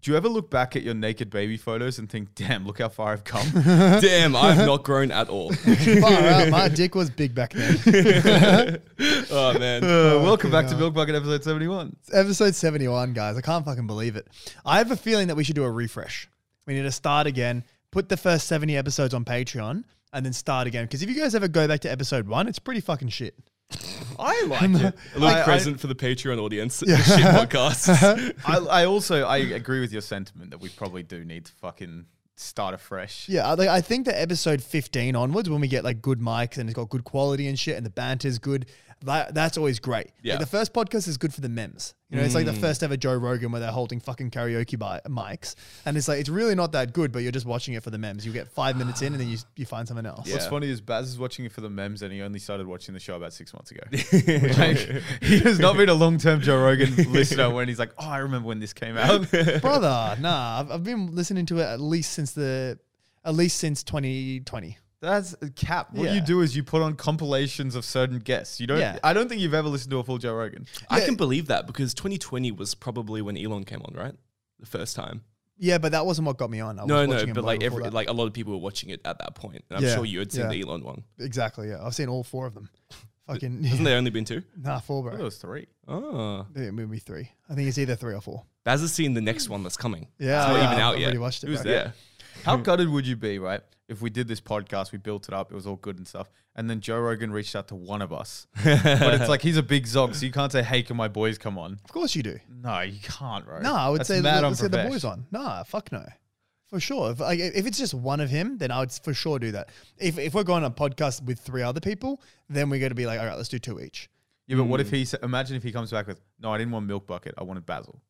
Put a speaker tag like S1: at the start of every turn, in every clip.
S1: Do you ever look back at your naked baby photos and think, damn, look how far I've come? Uh,
S2: Damn,
S3: Uh-huh.
S2: I've not grown at all.
S3: Far out, my dick was big back then.
S2: oh man.
S1: Uh, welcome back to
S3: hell.
S1: Milk Bucket episode 71.
S3: It's episode 71, guys. I can't fucking believe it. I have a feeling that we should do a refresh. We need to start again, put the first 70 episodes on Patreon, and then start again. Because if you guys ever go back to episode one, it's pretty fucking shit.
S1: I like it.
S2: A little
S1: I- I-
S2: present for the Patreon audience. Shit
S3: Uh-huh.
S2: podcasts.
S1: I, I also I agree with your sentiment that we probably do need to fucking start afresh.
S3: Yeah, I- like, I think that episode 15 onwards, when we get like good mics and it's got good quality and shit, and the banter's good, that, that's always great. Like,
S2: Yeah. Mm.
S3: the first podcast is good for the memes. You know, it's like the first ever Joe Rogan where they're holding fucking karaoke bi- mics. And it's like, it's really not that good, but you're just watching it for the memes. You get five minutes in and then you, you find something else.
S1: What's
S2: Yeah.
S1: funny is Baz is watching it for the memes and he only started watching the show about six months ago. like, he has not been a long term Joe Rogan listener when he's like, oh, I remember when this came out.
S3: brother. Nah, I've, I've been listening to it at least since the at least since 2020.
S1: That's a cap. What
S3: Yeah.
S1: you do is you put on compilations of certain guests. You don't.
S3: Yeah.
S1: I don't think you've ever listened to a full Joe Rogan.
S2: I can believe that because 2020 was probably when Elon came on, right? The first time.
S3: Yeah, but that wasn't what got me on. I
S2: No,
S3: was
S2: no,
S3: watching it
S2: but
S3: way
S2: like
S3: before
S2: every
S3: that.
S2: like a lot of people were watching it at that point, and I'm
S3: Yeah,
S2: sure you had seen
S3: yeah.
S2: the Elon one.
S3: exactly. Yeah, I've seen all four of them. Fucking
S2: Hasn't there only been two?
S3: nah, four,
S1: I thought it
S3: bro.
S1: was three.
S2: Oh,
S3: Yeah, maybe three. I think it's either three or four.
S2: Baz has seen the next one that's coming.
S3: Yeah,
S2: it's not
S3: Oh, yeah,
S2: even
S3: I've
S2: out yet.
S3: already watched it,
S2: Who's
S3: bro.
S2: there?
S1: How gutted would you be, right? If we did this podcast, we built it up, it was all good and stuff, and then Joe Rogan reached out to one of us. but it's like he's a big zog, so you can't say, "Hey, can my boys come on?"
S3: Of course you do.
S1: No, you can't, right?
S3: No, I would
S1: That's
S3: say
S1: mad
S3: let, let's get the
S1: unprofesh.
S3: boys on. Nah, fuck no. For sure. If, like, if it's just one of him, then I would for sure do that. If, if we're going on a podcast with three other people, then we're going to be like, all right, let's do two each.
S1: Yeah, but what if he? sa- Imagine if he comes back with, "No, I didn't want milk bucket. I wanted Basil."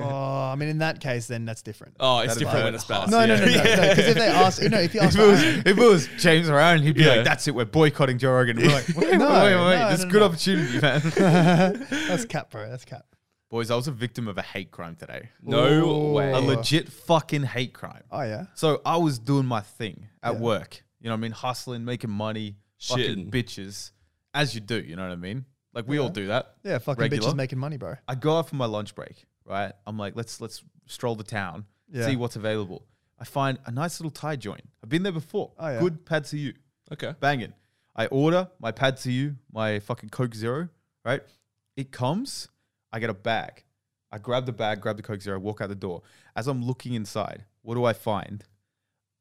S3: oh, I mean, in that case, then that's different.
S2: Oh, it's different
S1: hurt
S2: when it's Baz.
S3: No, no,
S2: yeah.
S3: no, no, no. Because if they ask, no, if you ask,
S1: If it was, if it was James Ryan, he'd be
S2: Yeah.
S1: like, "That's it, we're boycotting Joe Rogan." We're like, "Wait, wait, wait,
S3: No,
S1: wait.
S3: no,
S1: this is
S3: no,
S1: a good
S3: no.
S1: opportunity, man."
S3: that's cap, bro. That's cap.
S1: boys, I was a victim of a hate crime today.
S2: No way.
S1: A legit fucking hate crime.
S3: Oh yeah.
S1: So I was doing my thing at work. You know what I mean? Hustling, making money,
S2: Shitting.
S1: fucking bitches, as you do. You know what I mean? Like we all do that.
S3: Yeah, fucking
S1: Regular.
S3: bitches making money, bro.
S1: I go out for my lunch break, right? I'm like, let's let's stroll the town,
S3: Yeah.
S1: see what's available. I find a nice little Thai joint. I've been there before.
S3: Oh, yeah.
S1: Good pad see you,
S2: Okay.
S1: banging. I order my pad see you, my fucking Coke Zero, right? It comes. I get a bag. I grab the bag, grab the Coke Zero, walk out the door. As I'm looking inside, what do I find?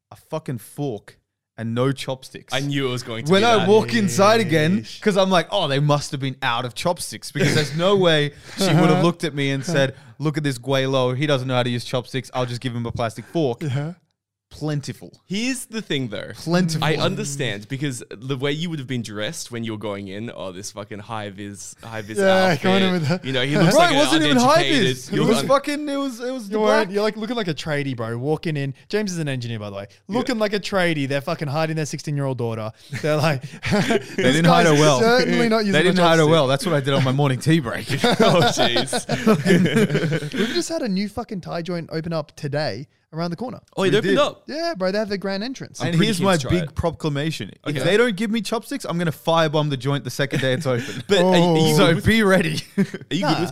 S1: A fucking fork and no chopsticks.
S2: I knew it was going to
S1: when
S2: be
S1: I
S2: that.
S1: walk inside again, because I'm like, oh, they must have been out of chopsticks because there's no way she would have looked at me and said, look at this Guaylo. He doesn't know how to use chopsticks. I'll just give him a plastic fork.
S3: Yeah.
S1: Plentiful.
S2: Here's the thing, though.
S1: Plentiful.
S2: I understand because the way you would have been dressed when you were going in, oh, this fucking high vis, high vis
S3: Yeah,
S2: outfit.
S3: go in with that.
S2: You know, he looks
S1: Bro,
S2: like
S1: it wasn't
S2: an
S1: even hype.
S2: uneducated-
S1: It
S2: he
S1: was
S2: looks-
S1: fucking, it was, it was the
S3: You're, wearing,
S1: black.
S3: you're like looking like a tradie, bro. Walking in. James is an engineer, by the way. Looking like a tradie. They're fucking hiding their 16 year old daughter. They're like, they
S1: didn't hide her well.
S3: Certainly not using
S1: They
S3: a
S1: didn't hide her
S3: chopstick."
S1: well. That's what I did on my morning tea break.
S2: oh, jeez.
S3: We've just had a new fucking tie joint open up today around the corner.
S2: Oh, it
S1: We
S2: opened
S1: did.
S2: up.
S3: Yeah, bro. They have the grand entrance.
S1: and
S2: pretty
S1: here's
S2: keen
S1: my
S2: to try
S1: big
S2: it.
S1: proclamation.
S2: Okay.
S1: If they don't give me chopsticks, I'm going to firebomb the joint the second day it's open.
S2: But are,
S3: Oh.
S2: are you,
S1: so
S2: good, with,
S1: be ready.
S2: are you
S3: Nah.
S2: good with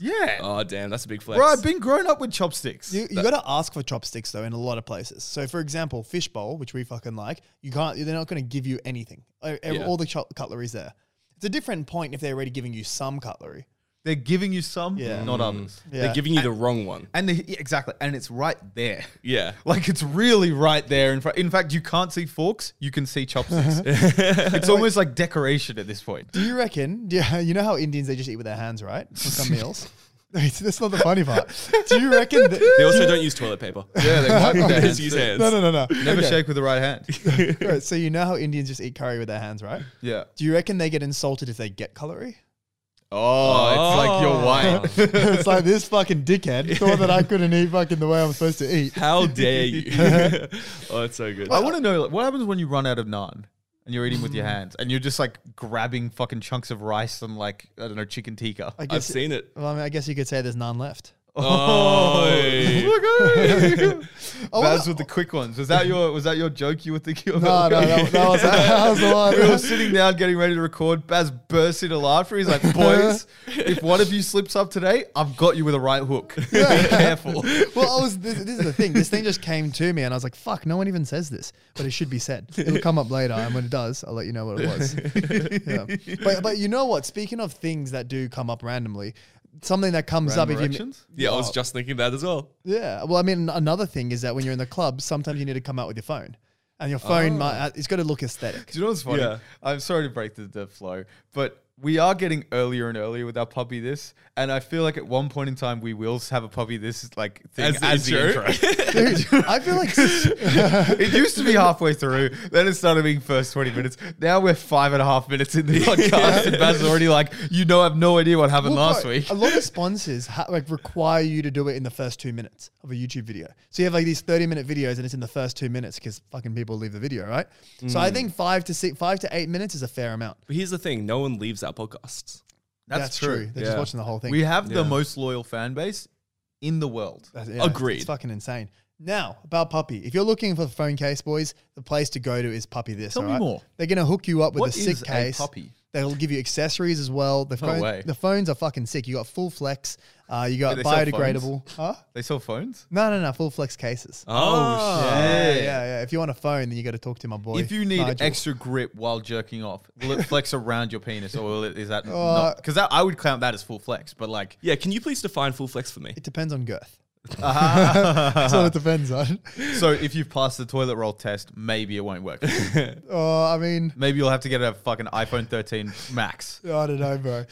S1: yeah.
S2: Oh, damn, that's a big flex.
S1: Bro, I've been grown up with chopsticks.
S3: You, you got to ask for chopsticks though in a lot of places. So, for example, fishbowl, which we fucking like, you can't. They're not going to give you anything. Uh, uh,
S2: Yeah.
S3: All the chop cutlery's there. It's a different point if they're already giving you some cutlery.
S1: They're giving you some,
S3: Yeah.
S1: not others.
S3: Yeah.
S2: They're giving you the wrong one.
S1: And the, yeah, exactly, and it's right there.
S2: Yeah.
S1: Like it's really right there in front. In fact, you can't see forks; you can see chopsticks. it's almost like decoration at this point.
S3: Do you reckon? Yeah, you know how Indians they just eat with their hands, right? For some meals. Wait, That's not the funny part. Do you reckon? That,
S2: They also don't use toilet paper.
S1: Yeah, they wipe with
S2: They
S1: their
S2: just
S1: hands.
S2: use
S1: too.
S2: hands.
S3: no, no, no, no.
S1: Never
S3: Okay.
S1: shake with the right hand.
S3: Right, so you know how Indians just eat curry with their hands, right?
S1: Yeah.
S3: Do you reckon they get insulted if they get cutlery?
S1: Oh, it's like you're white.
S3: it's like this fucking dickhead thought that I couldn't eat fucking the way I'm supposed to eat.
S2: How dare you? oh, it's so good.
S1: I want to know like, what happens when you run out of naan and you're eating with your hands and you're just like grabbing fucking chunks of rice and like I don't know chicken tikka.
S3: I
S2: I've
S3: guess.
S2: seen it.
S3: Well, I mean, I guess you could say there's none left.
S2: Oh,
S1: Look at it. Baz
S3: wanna-
S1: with the quick ones. Was that your was that your joke you were thinking of?
S3: No, no, that, that was that was the one.
S1: we were sitting down getting ready to record. Baz bursts into laughter. He's like, boys, if one of you slips up today, I've got you with a right hook. Be careful.
S3: well, I was. This, this is the thing. This thing just came to me, and I was like, "Fuck!" No one even says this, but it should be said. It'll come up later, and when it does, I'll let you know what it was. Yeah. But but you know what? Speaking of things that do come up randomly, something that comes
S1: Random
S3: up if you.
S1: erections?
S2: Yeah, I was just thinking that as well.
S3: Yeah. Well, I mean, another thing is that when you're in the club, sometimes you need to come out with your phone, and your phone
S1: Oh.
S3: might. uh, It's got to look aesthetic.
S1: Do you know what's funny?
S2: Yeah.
S1: I'm sorry to break the, the flow, but we are getting earlier and earlier with our puppy this, and I feel like at one point in time we will have a puppy this like thing as,
S2: As the
S1: the
S2: intro.
S1: intro.
S3: Dude, I feel like s-
S1: it used to be halfway through, then it started being first 20 minutes. Now we're five and a half minutes in the podcast, and Baz's already like, you know, I have no idea what happened
S3: Well,
S1: last
S3: bro,
S1: week.
S3: A lot of sponsors ha- like require you to do it in the first two minutes of a YouTube video. So you have like these thirty-minute videos, and it's in the first two minutes because fucking people leave the video, right? So
S1: Hmm.
S3: I think five to six, five to eight minutes is a fair amount.
S2: But here's the thing: no one leaves our podcasts.
S3: That's, true. They're just
S1: Yeah.
S3: watching the whole thing.
S1: We have the
S2: Yeah.
S1: most loyal fan base in the world.
S3: That's- yeah,
S2: Agreed.
S3: It's fucking insane. Now about puppy. If you're looking for a phone case, boys, the place to go to is Puppy. This.
S1: Tell me
S3: alright?
S1: more.
S3: They're gonna hook you up with
S1: What
S3: a sick
S1: is a
S3: case.
S1: puppy?
S3: They'll give you accessories as well. The, phone,
S1: way.
S3: the phones are fucking sick. You got full flex. Uh, you got
S1: Wait, they sell
S3: biodegradable. Huh?
S1: They sell phones?
S3: No, no, no. Full flex cases.
S2: Oh,
S3: Yeah,
S1: Yeah.
S3: yeah, yeah. If you want a phone, then you got to talk to my boy.
S1: If you need
S3: Nigel.
S1: extra grip while jerking off, will it flex around your penis or will it, is that
S3: Uh,
S1: not? Because I would count that as full flex, but like,
S2: yeah. Can you please define full flex for me?
S3: it depends on girth.
S1: Ah.
S3: That's what it depends on.
S1: so if you've passed the toilet roll test, maybe it won't work.
S3: Oh, I mean,
S1: maybe you'll have to get a fucking iPhone 13 Max.
S3: I don't know, bro.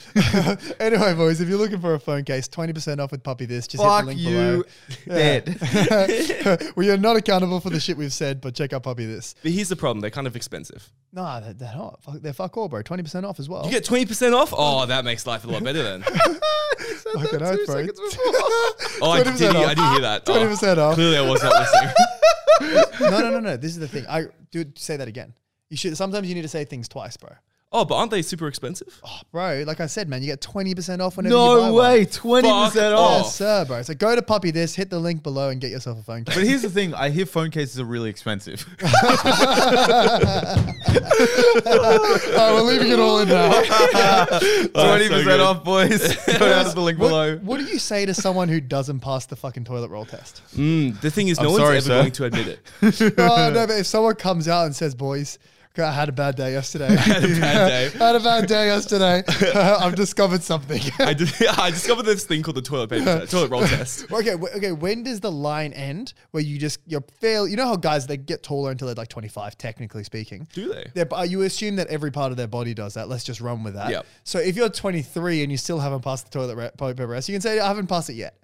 S3: anyway, boys, if you're looking for a phone case, twenty percent off with Puppy. This just
S1: Fuck
S3: hit the link
S1: you, dead.
S3: below. we are not accountable for the shit we've said, but check out Puppy. This.
S2: But here's the problem: they're kind of expensive.
S3: Nah, they're, they're not. Fuck, they're fuck all, bro. Twenty percent off as well.
S2: You get twenty percent off. Oh, that makes life a lot better then.
S3: Fucking oath, bro.
S2: Oh, I didn't,
S3: 20% off.
S2: I didn't hear that.
S3: Twenty percent
S2: Oh,
S3: off.
S2: clearly, I was not listening.
S3: No, no, no, no. This is the thing. I dude, say that again. You should. Sometimes you need to say things twice, bro.
S2: Oh, but aren't they super expensive?
S3: Bro, like I said, man, you get 20% off whenever you buy
S1: No
S3: one.
S1: way, twenty percent
S2: Fuck
S3: Yeah,
S1: off.
S2: off.
S3: sir, bro. So go to Puppy This, hit the link below and get yourself a phone
S1: But
S3: case.
S1: here's the thing: I hear phone cases are really expensive.
S3: All right, we're leaving it all in now.
S1: Twenty percent
S2: good.
S1: off, boys. Go down to the link below.
S3: What, what do you say to someone who doesn't pass the fucking toilet roll test?
S2: Mm, the thing is, no
S1: I'm
S2: one's
S1: sorry,
S2: ever
S1: sir.
S2: going to admit it.
S3: oh, no, but if someone comes out and says, boys, I had a bad day yesterday. I had
S2: a bad day.
S3: had a bad day yesterday. I've discovered something.
S2: I, did, I discovered this thing called the toilet paper test, toilet roll test.
S3: Okay, wh- okay. When does the line end? Where you just you're fail? You know how guys they get taller until they're like 25, technically speaking.
S2: Do they?
S3: Their, uh, you assume that every part of their body does that. Let's just run with that.
S2: Yep.
S3: So if you're 23 and you still haven't passed the toilet re- paper rest, you can say I haven't passed it yet.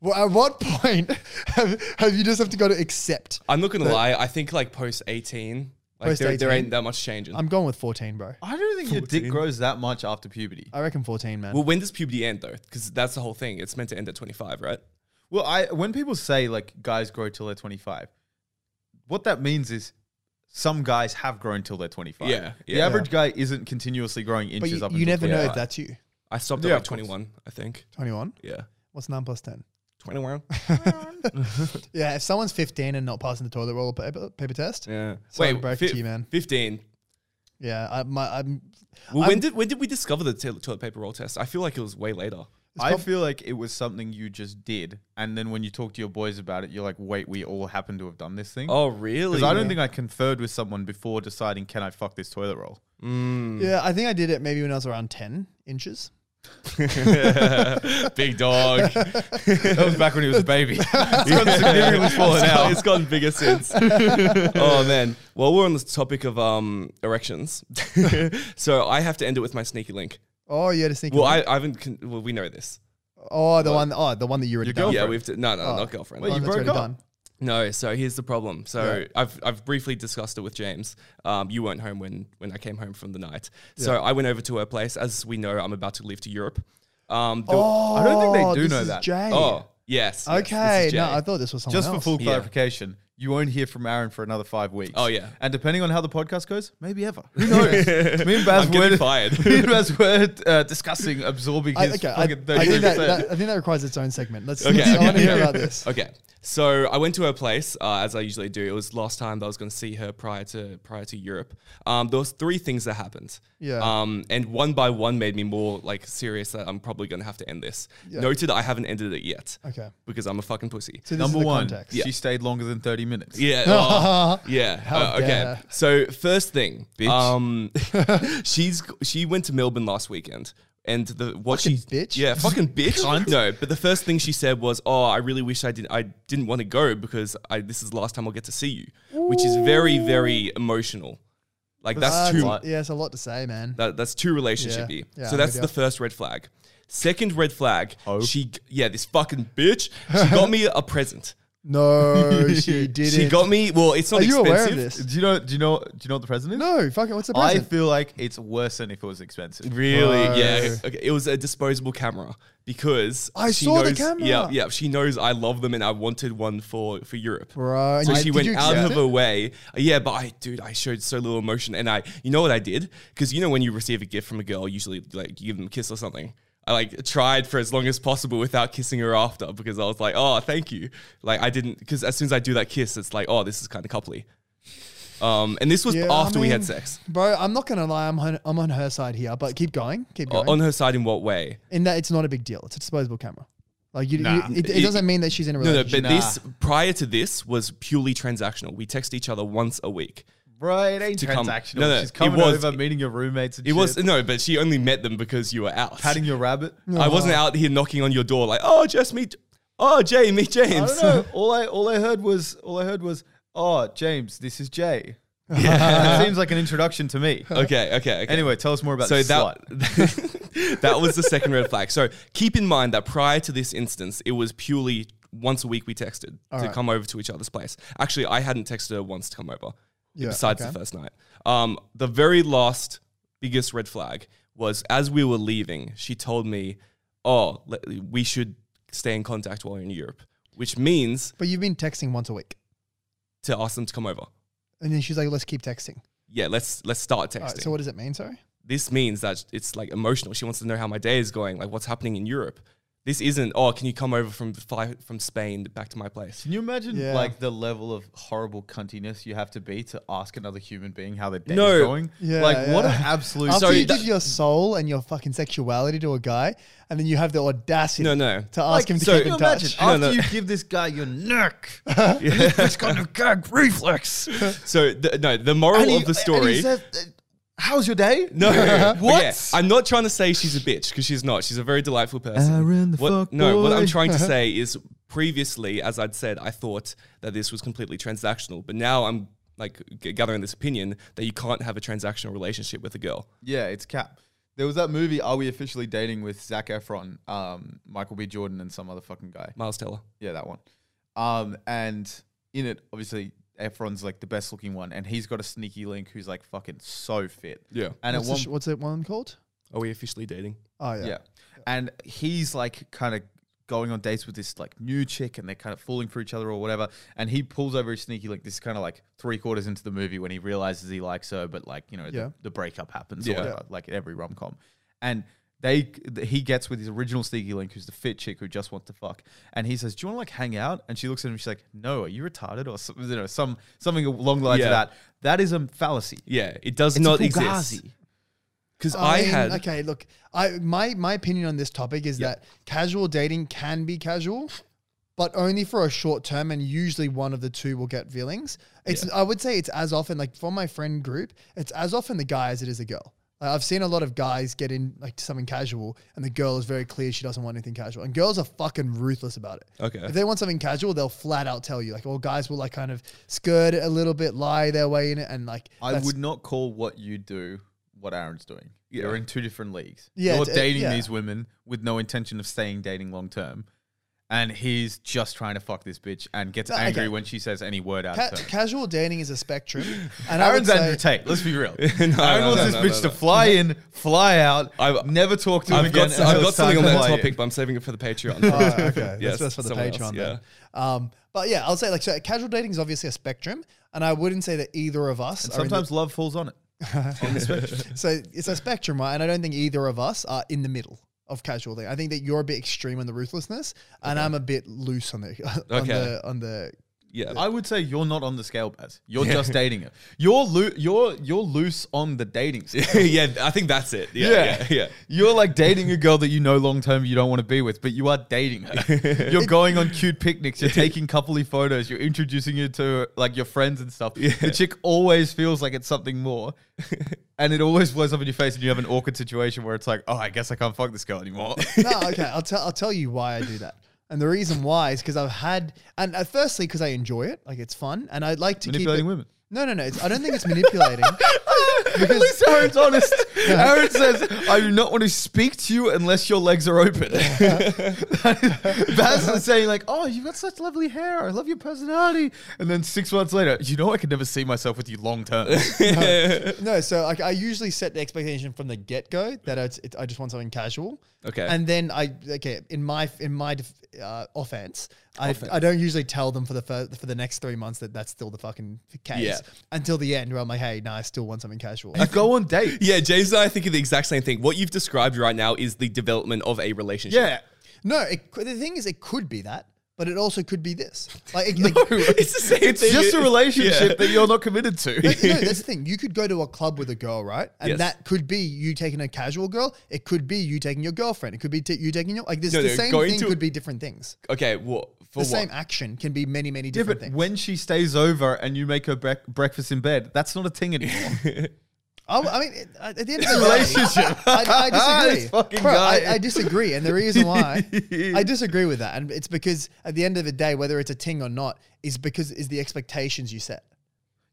S3: Well, at what point have, have you just have to go to accept?
S2: I'm not gonna lie. I think like post 18, like
S3: Post
S2: there, there
S3: 18?
S2: ain't that much changing.
S3: I'm going with 14, bro.
S1: I don't think your dick grows that much after puberty.
S3: I reckon 14, man.
S2: well, when does puberty end though? Because that's the whole thing. It's meant to end at 25, right?
S1: Well, I when people say like guys grow till they're twenty five, what that means is some guys have grown till they're twenty five.
S2: Yeah,
S1: The
S2: yeah.
S1: average guy isn't continuously growing
S3: but
S1: inches
S3: you,
S1: up.
S3: you
S1: until
S3: never know if
S1: 25.
S3: that's you.
S2: I stopped
S1: Yeah,
S2: at like
S1: of course.
S2: 21, I think.
S3: 21.
S2: Yeah,
S3: What's nine plus 10?
S2: 21.
S3: Yeah, if someone's 15 and not passing the toilet roll paper, paper test,
S2: Yeah.
S3: Sorry to break it to you, man.
S2: 15.
S3: yeah, I, my, I'm.
S2: Well, when
S3: I'm-
S2: did when did we discover the toilet toilet paper roll test? I feel like it was way later.
S3: Oh,
S1: I feel like it was something you just did, and then when you talk to your boys about it, you're like, "Wait, we all happen to have done this thing."
S2: Oh, really?
S1: Because I don't think I conferred with someone before deciding, "Can I fuck this toilet roll?" Mm.
S3: Yeah, I think I did it maybe when I was around 10 inches.
S2: Big dog.
S1: That was back when he was a baby. It's gone significantly smaller now.
S2: it's gotten bigger since. oh man. Well, we're on the topic of um erections, so I have to end it with my sneaky link.
S3: Oh, you had a sneaky.
S2: Well, I, I haven't. Con- well, we know this.
S3: oh, the one, oh, the one that you already
S1: Your
S3: done.
S1: girlfriend.
S2: Yeah, we've d- no, no, not girlfriend.
S1: Wait,
S3: Oh,
S1: you
S3: that's
S1: broke
S3: already
S1: up.
S3: done.
S2: No, so here's the problem. So
S3: Yeah.
S2: I've I've briefly discussed it with James. Um, you weren't home when when I came home from the night. So I went over to her place. As we know, I'm about to leave to Europe. Um, the-
S1: I don't think they
S3: Oh,
S1: do
S3: this
S1: know
S3: is
S1: that.
S3: Jay.
S2: oh yes. yes, this is
S3: okay.
S2: Jay.
S3: no, I thought this was someone
S1: Just for
S3: else.
S1: full
S2: Yeah.
S1: clarification, you won't hear from Aaron for another five weeks.
S2: Oh, yeah.
S1: And depending on how the podcast goes, maybe ever. Who knows? me and Baz
S2: I'm getting
S1: were
S2: fired.
S1: me and Baz were uh, discussing absorbing
S3: I,
S1: his
S3: okay, I, I
S1: fucking
S3: think
S1: 33%.
S3: that, that- I think that requires its own segment. Let's.
S2: Okay.
S3: I want to hear about this.
S2: Okay. So I went to her place uh, as I usually do. It was last time that I was going to see her prior to prior to Europe. Um, there was three things that happened.
S3: Yeah.
S2: Um, and one by one made me more like serious that I'm probably going to have to end this.
S3: Yeah.
S2: Noted, I haven't ended it yet
S3: Okay.
S2: because I'm a fucking pussy.
S3: So this
S1: Number
S3: is the
S1: one,
S3: context.
S1: she stayed longer than 30 minutes.
S2: Yeah. oh, yeah.
S3: How
S2: Uh, okay.
S3: dare.
S2: So first thing,
S1: Bitch.
S2: um, she's she went to Melbourne last weekend. And the what
S3: Fucking
S2: she
S3: bitch.
S2: yeah fucking bitch no but the first thing she said was oh I really wish I didn't I didn't want to go because I this is the last time I'll get to see you which is very very emotional like that's,
S3: Uh,
S2: too
S3: it's- Yeah, it's a lot to say, man.
S2: that, that's too relationshipy.
S3: Yeah. Yeah,
S2: so
S3: I'm
S2: that's
S3: with
S2: the
S3: ya.
S2: first red flag. Second red flag.
S1: Oh.
S2: She yeah this fucking bitch she got me a present
S3: no, she didn't.
S2: she got me well it's not
S3: Are you
S2: expensive
S3: aware of this?
S1: Do you know do you know do you know what the president is?
S3: No, fuck it. What's the
S1: I
S3: present?
S1: feel like it's worse than if it was expensive.
S2: Really?
S3: Whoa.
S2: Yeah. Okay. It was a disposable camera because
S3: I
S2: she
S3: saw the
S2: knows-
S3: camera.
S2: Yeah, yeah. She knows I love them and I wanted one for for Europe.
S3: Bro,
S2: So
S3: I-
S2: she
S3: did
S2: went
S3: you
S2: out
S3: accept
S2: of
S3: it?
S2: her way. Uh, Yeah, but I, dude, I showed so little emotion, and I, you know what I did? Because you know when you receive a gift from a girl, usually like you give them a kiss or something. I like tried for as long as possible without kissing her after because I was like, oh, thank you. Like I didn't because as soon as I do that kiss, it's like, oh, this is kind of coupley. Um, and this was
S3: Yeah, I
S2: after we had
S3: mean,
S2: sex.
S3: Bro, I'm not gonna lie, I'm on, I'm on her side here, but keep going, keep
S2: O-
S1: Oh,
S2: On
S3: going.
S2: her side, in what way?
S3: in that it's not a big deal. It's a disposable camera. Like you,
S1: Nah.
S3: you it, it
S2: You-
S3: doesn't mean that she's in a
S2: No, no,
S3: relationship.
S2: but
S1: Nah.
S2: this prior to this was purely transactional. We text each other once a week.
S1: Bro, it ain't
S2: To come-
S1: transactional.
S2: no, no,
S1: She's
S2: it
S1: coming
S2: was-
S1: over, meeting your roommates and
S2: It
S1: shit,
S2: was no, but she only met them because you were out.
S1: patting your rabbit.
S2: I wasn't out here knocking on your door like, oh, just meet, oh, Jay, meet
S1: I
S2: James.
S1: don't know. All I all I heard was all I heard was, oh James, this is Jay. that seems like an introduction to me.
S2: Okay, okay, okay.
S1: Anyway, tell us more about
S2: so
S1: this
S2: that that was the second red flag. So keep in mind that prior to this instance, it was purely once a week we texted to
S3: right.
S2: come over to each other's place. Actually, I hadn't texted her once to come over.
S3: Yeah,
S2: besides
S3: okay.
S2: the first night. Um, the very last biggest red flag was as we were leaving, she told me, "Oh, le- we should stay in contact while you're in Europe," which means
S3: But you've been texting once a week,
S2: to ask them to come over.
S3: and then she's like, "Let's keep texting."
S2: Yeah, let's let's start texting.
S3: All right, so what does it mean? Sorry.
S2: this means that it's like emotional. She wants to know how my day is going, like what's happening in Europe. This isn't, "Oh, can you come over from fly, from Spain back to my place?"
S1: Can you imagine
S3: Yeah.
S1: like the level of horrible cuntiness you have to be to ask another human being how their day
S2: No.
S1: is going?
S3: Yeah,
S1: like what an
S3: yeah.
S1: absolute
S3: After
S2: So
S3: you
S2: that-
S3: give your soul and your fucking sexuality to a guy, and then you have the audacity
S2: No, no.
S3: to
S1: Like,
S3: ask him to
S2: so-
S3: keep
S1: can you
S3: in
S1: imagine
S3: touch.
S2: No,
S1: after
S2: no.
S1: you give this guy your neck, it's got a gag reflex.
S2: So the, no, the moral
S1: And he-
S2: of the
S1: and he
S2: story.
S1: says, uh, How's your day?
S2: No,
S1: What?
S2: Okay, I'm not trying to say she's a bitch because she's not. She's a very delightful person.
S1: Aaron the
S2: what,
S1: fuck
S2: no, what I'm
S1: boy.
S2: trying to say is previously, as I'd said, I thought that this was completely transactional, but now I'm like g- gathering this opinion that you can't have a transactional relationship with a girl.
S1: Yeah, it's cap. There was that movie Are We Officially Dating with Zach Efron, um, Michael B. Jordan, and some other fucking guy.
S2: Miles Teller.
S1: Yeah, that one. Um, and in it, obviously, Efron's like the best looking one, and he's got a sneaky link who's like fucking so fit.
S2: Yeah.
S1: And
S3: What's,
S1: at
S3: the
S1: one,
S3: sh- what's that one called?
S2: Are we officially dating?
S3: Oh
S1: yeah.
S3: yeah.
S1: and he's like kind of going on dates with this like new chick, and they're kind of falling for each other or whatever. And he pulls over his sneaky link. This is kind of like three quarters into the movie when he realizes he likes her, but like you know,
S3: Yeah.
S1: the, the breakup happens
S2: Yeah.
S1: or whatever, like every rom com, and. They he gets with his original sneaky link, who's the fit chick who just wants to fuck, and he says, "Do you want to like hang out?" And she looks at him, she's like, "No, are you retarded?" Or some, you know, some something along the lines
S2: Yeah.
S1: of that. That is a fallacy.
S2: Yeah, it does
S1: It's
S2: not
S1: a
S2: exist.
S1: fugazi.
S2: Because
S3: I,
S2: I,
S3: mean,
S2: had.
S3: okay. Look, I my my opinion on this topic is that casual dating can be casual, but only for a short term, and usually one of the two will get feelings. It's I would say it's as often like for my friend group, it's as often the guy as it is the girl. Like, I've seen a lot of guys get in like something casual, and the girl is very clear she doesn't want anything casual, and girls are fucking ruthless about it.
S2: Okay.
S3: If they want something casual, they'll flat out tell you. Like, all guys will like kind of skirt it a little bit, lie their way in it, and like
S1: I
S3: that's-
S1: would not call what you do what Aaron's doing.
S2: Yeah. uh,
S1: You're in two different leagues.
S3: Yeah,
S1: You're
S3: it's- it-
S1: dating
S3: yeah.
S1: these women with no intention of staying dating long term. and he's just trying to fuck this bitch and gets
S3: No,
S1: angry
S3: okay.
S1: when she says any word out
S3: Ca-
S1: of turn.
S3: casual dating is a spectrum. And I
S1: Aaron's
S3: would say,
S1: Andrew Tate. Let's be real.
S2: No,
S1: Aaron
S2: no,
S1: wants
S2: no,
S1: this
S2: no,
S1: bitch
S2: no, no.
S1: to fly in, fly out,
S2: I've-
S1: never talk to him
S2: I've
S1: again.
S2: got, I've
S1: until
S2: got
S1: it's time
S2: something on
S1: to
S2: that
S1: fly in.
S2: topic, but I'm saving it for the Patreon.
S3: Oh, okay.
S2: Yes,
S3: that's, that's for the
S2: someone
S3: Patreon
S2: else,
S3: then. Um, but yeah, I'll say like so casual dating is obviously a spectrum, and I wouldn't say that either of us are in the-
S1: Sometimes love falls on it.
S3: so it's a spectrum, right? And I don't think either of us are in the middle of casual dating. I think that you're a bit extreme on the ruthlessness, and I'm a bit loose on the on
S2: Okay.
S3: the on the
S2: yeah.
S1: I would say you're not on the scale, Baz. You're just dating it. You're loo- you're you're loose on the dating. Scale.
S2: Yeah. yeah, I think that's it. Yeah, yeah,
S1: Yeah.
S2: yeah.
S1: You're like dating a girl that you know long term you don't want to be with, but you are dating her. You're going on cute picnics. You're taking coupley photos. You're introducing her to like your friends and stuff. The chick always feels like it's something more, and it always blows up in your face, and you have an awkward situation where it's like, oh, I guess I can't fuck this girl anymore.
S3: no, okay. I'll tell I'll tell you why I do that. And the reason why is because I've had and uh, firstly because I enjoy it, like it's fun, and I like to keep it,
S1: Manipulating women.
S3: No, no, no. It's, I don't think it's manipulating.
S1: At least Aaron's honest. Aaron says, I do not want to speak to you unless your legs are open. Baz is saying, like, oh, you've got such lovely hair. I love your personality. And then six months later, you know, I could never see myself with you long term.
S3: no, so like I usually set the expectation from the get go that it's, it's, I just want something casual.
S2: Okay.
S3: And then I okay in my in my def- uh, offense, I, I don't usually tell them for the fir- for the next three months that that's still the fucking case
S2: Yeah.
S3: until the end where I'm like, hey, no, I still want something casual.
S1: you go on date.
S2: Yeah, James and I think of the exact same thing. What you've described right now is the development of a relationship.
S1: Yeah.
S3: no, it, cou- the thing is, it could be that, but it also could be this. Like, it, it-
S2: It's the same
S1: It's
S2: thing.
S1: just a relationship
S2: Yeah.
S1: that you're not committed to.
S3: But no, that's the thing. You could go to a club with a girl, right? And
S2: Yes.
S3: that could be you taking a casual girl. It could be you taking your girlfriend. It could be t- you taking your like this.
S2: No,
S3: the
S2: no,
S3: same
S2: going
S3: thing
S2: to-
S3: could be different things.
S2: Okay, what for
S3: The
S2: what?
S3: same action can be many, many
S1: Yeah,
S3: different
S1: but
S3: things.
S1: when she stays over and you make her brec- breakfast in bed, that's not a thing anymore.
S3: I, I mean, it- at the end of the
S1: Relationship.
S3: day, I, I
S1: This
S3: disagree.
S1: fucking
S3: Bro,
S1: guy.
S3: I, I disagree, and the reason why I disagree with that, and it's because at the end of the day, whether it's a ting or not, is because is the expectations you set.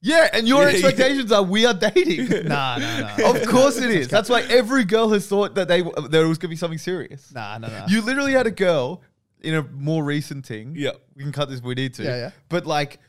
S1: Yeah, and your
S2: Yeah, yeah.
S1: expectations are we are dating.
S3: Nah, nah, nah,
S1: Of course it is. That's why every girl has thought that they there was gonna be something serious.
S3: nah, nah, nah.
S1: You literally had a girl in a more recent thing.
S2: Yeah.
S1: we can cut this if we need to.
S3: Yeah, yeah.
S1: But like,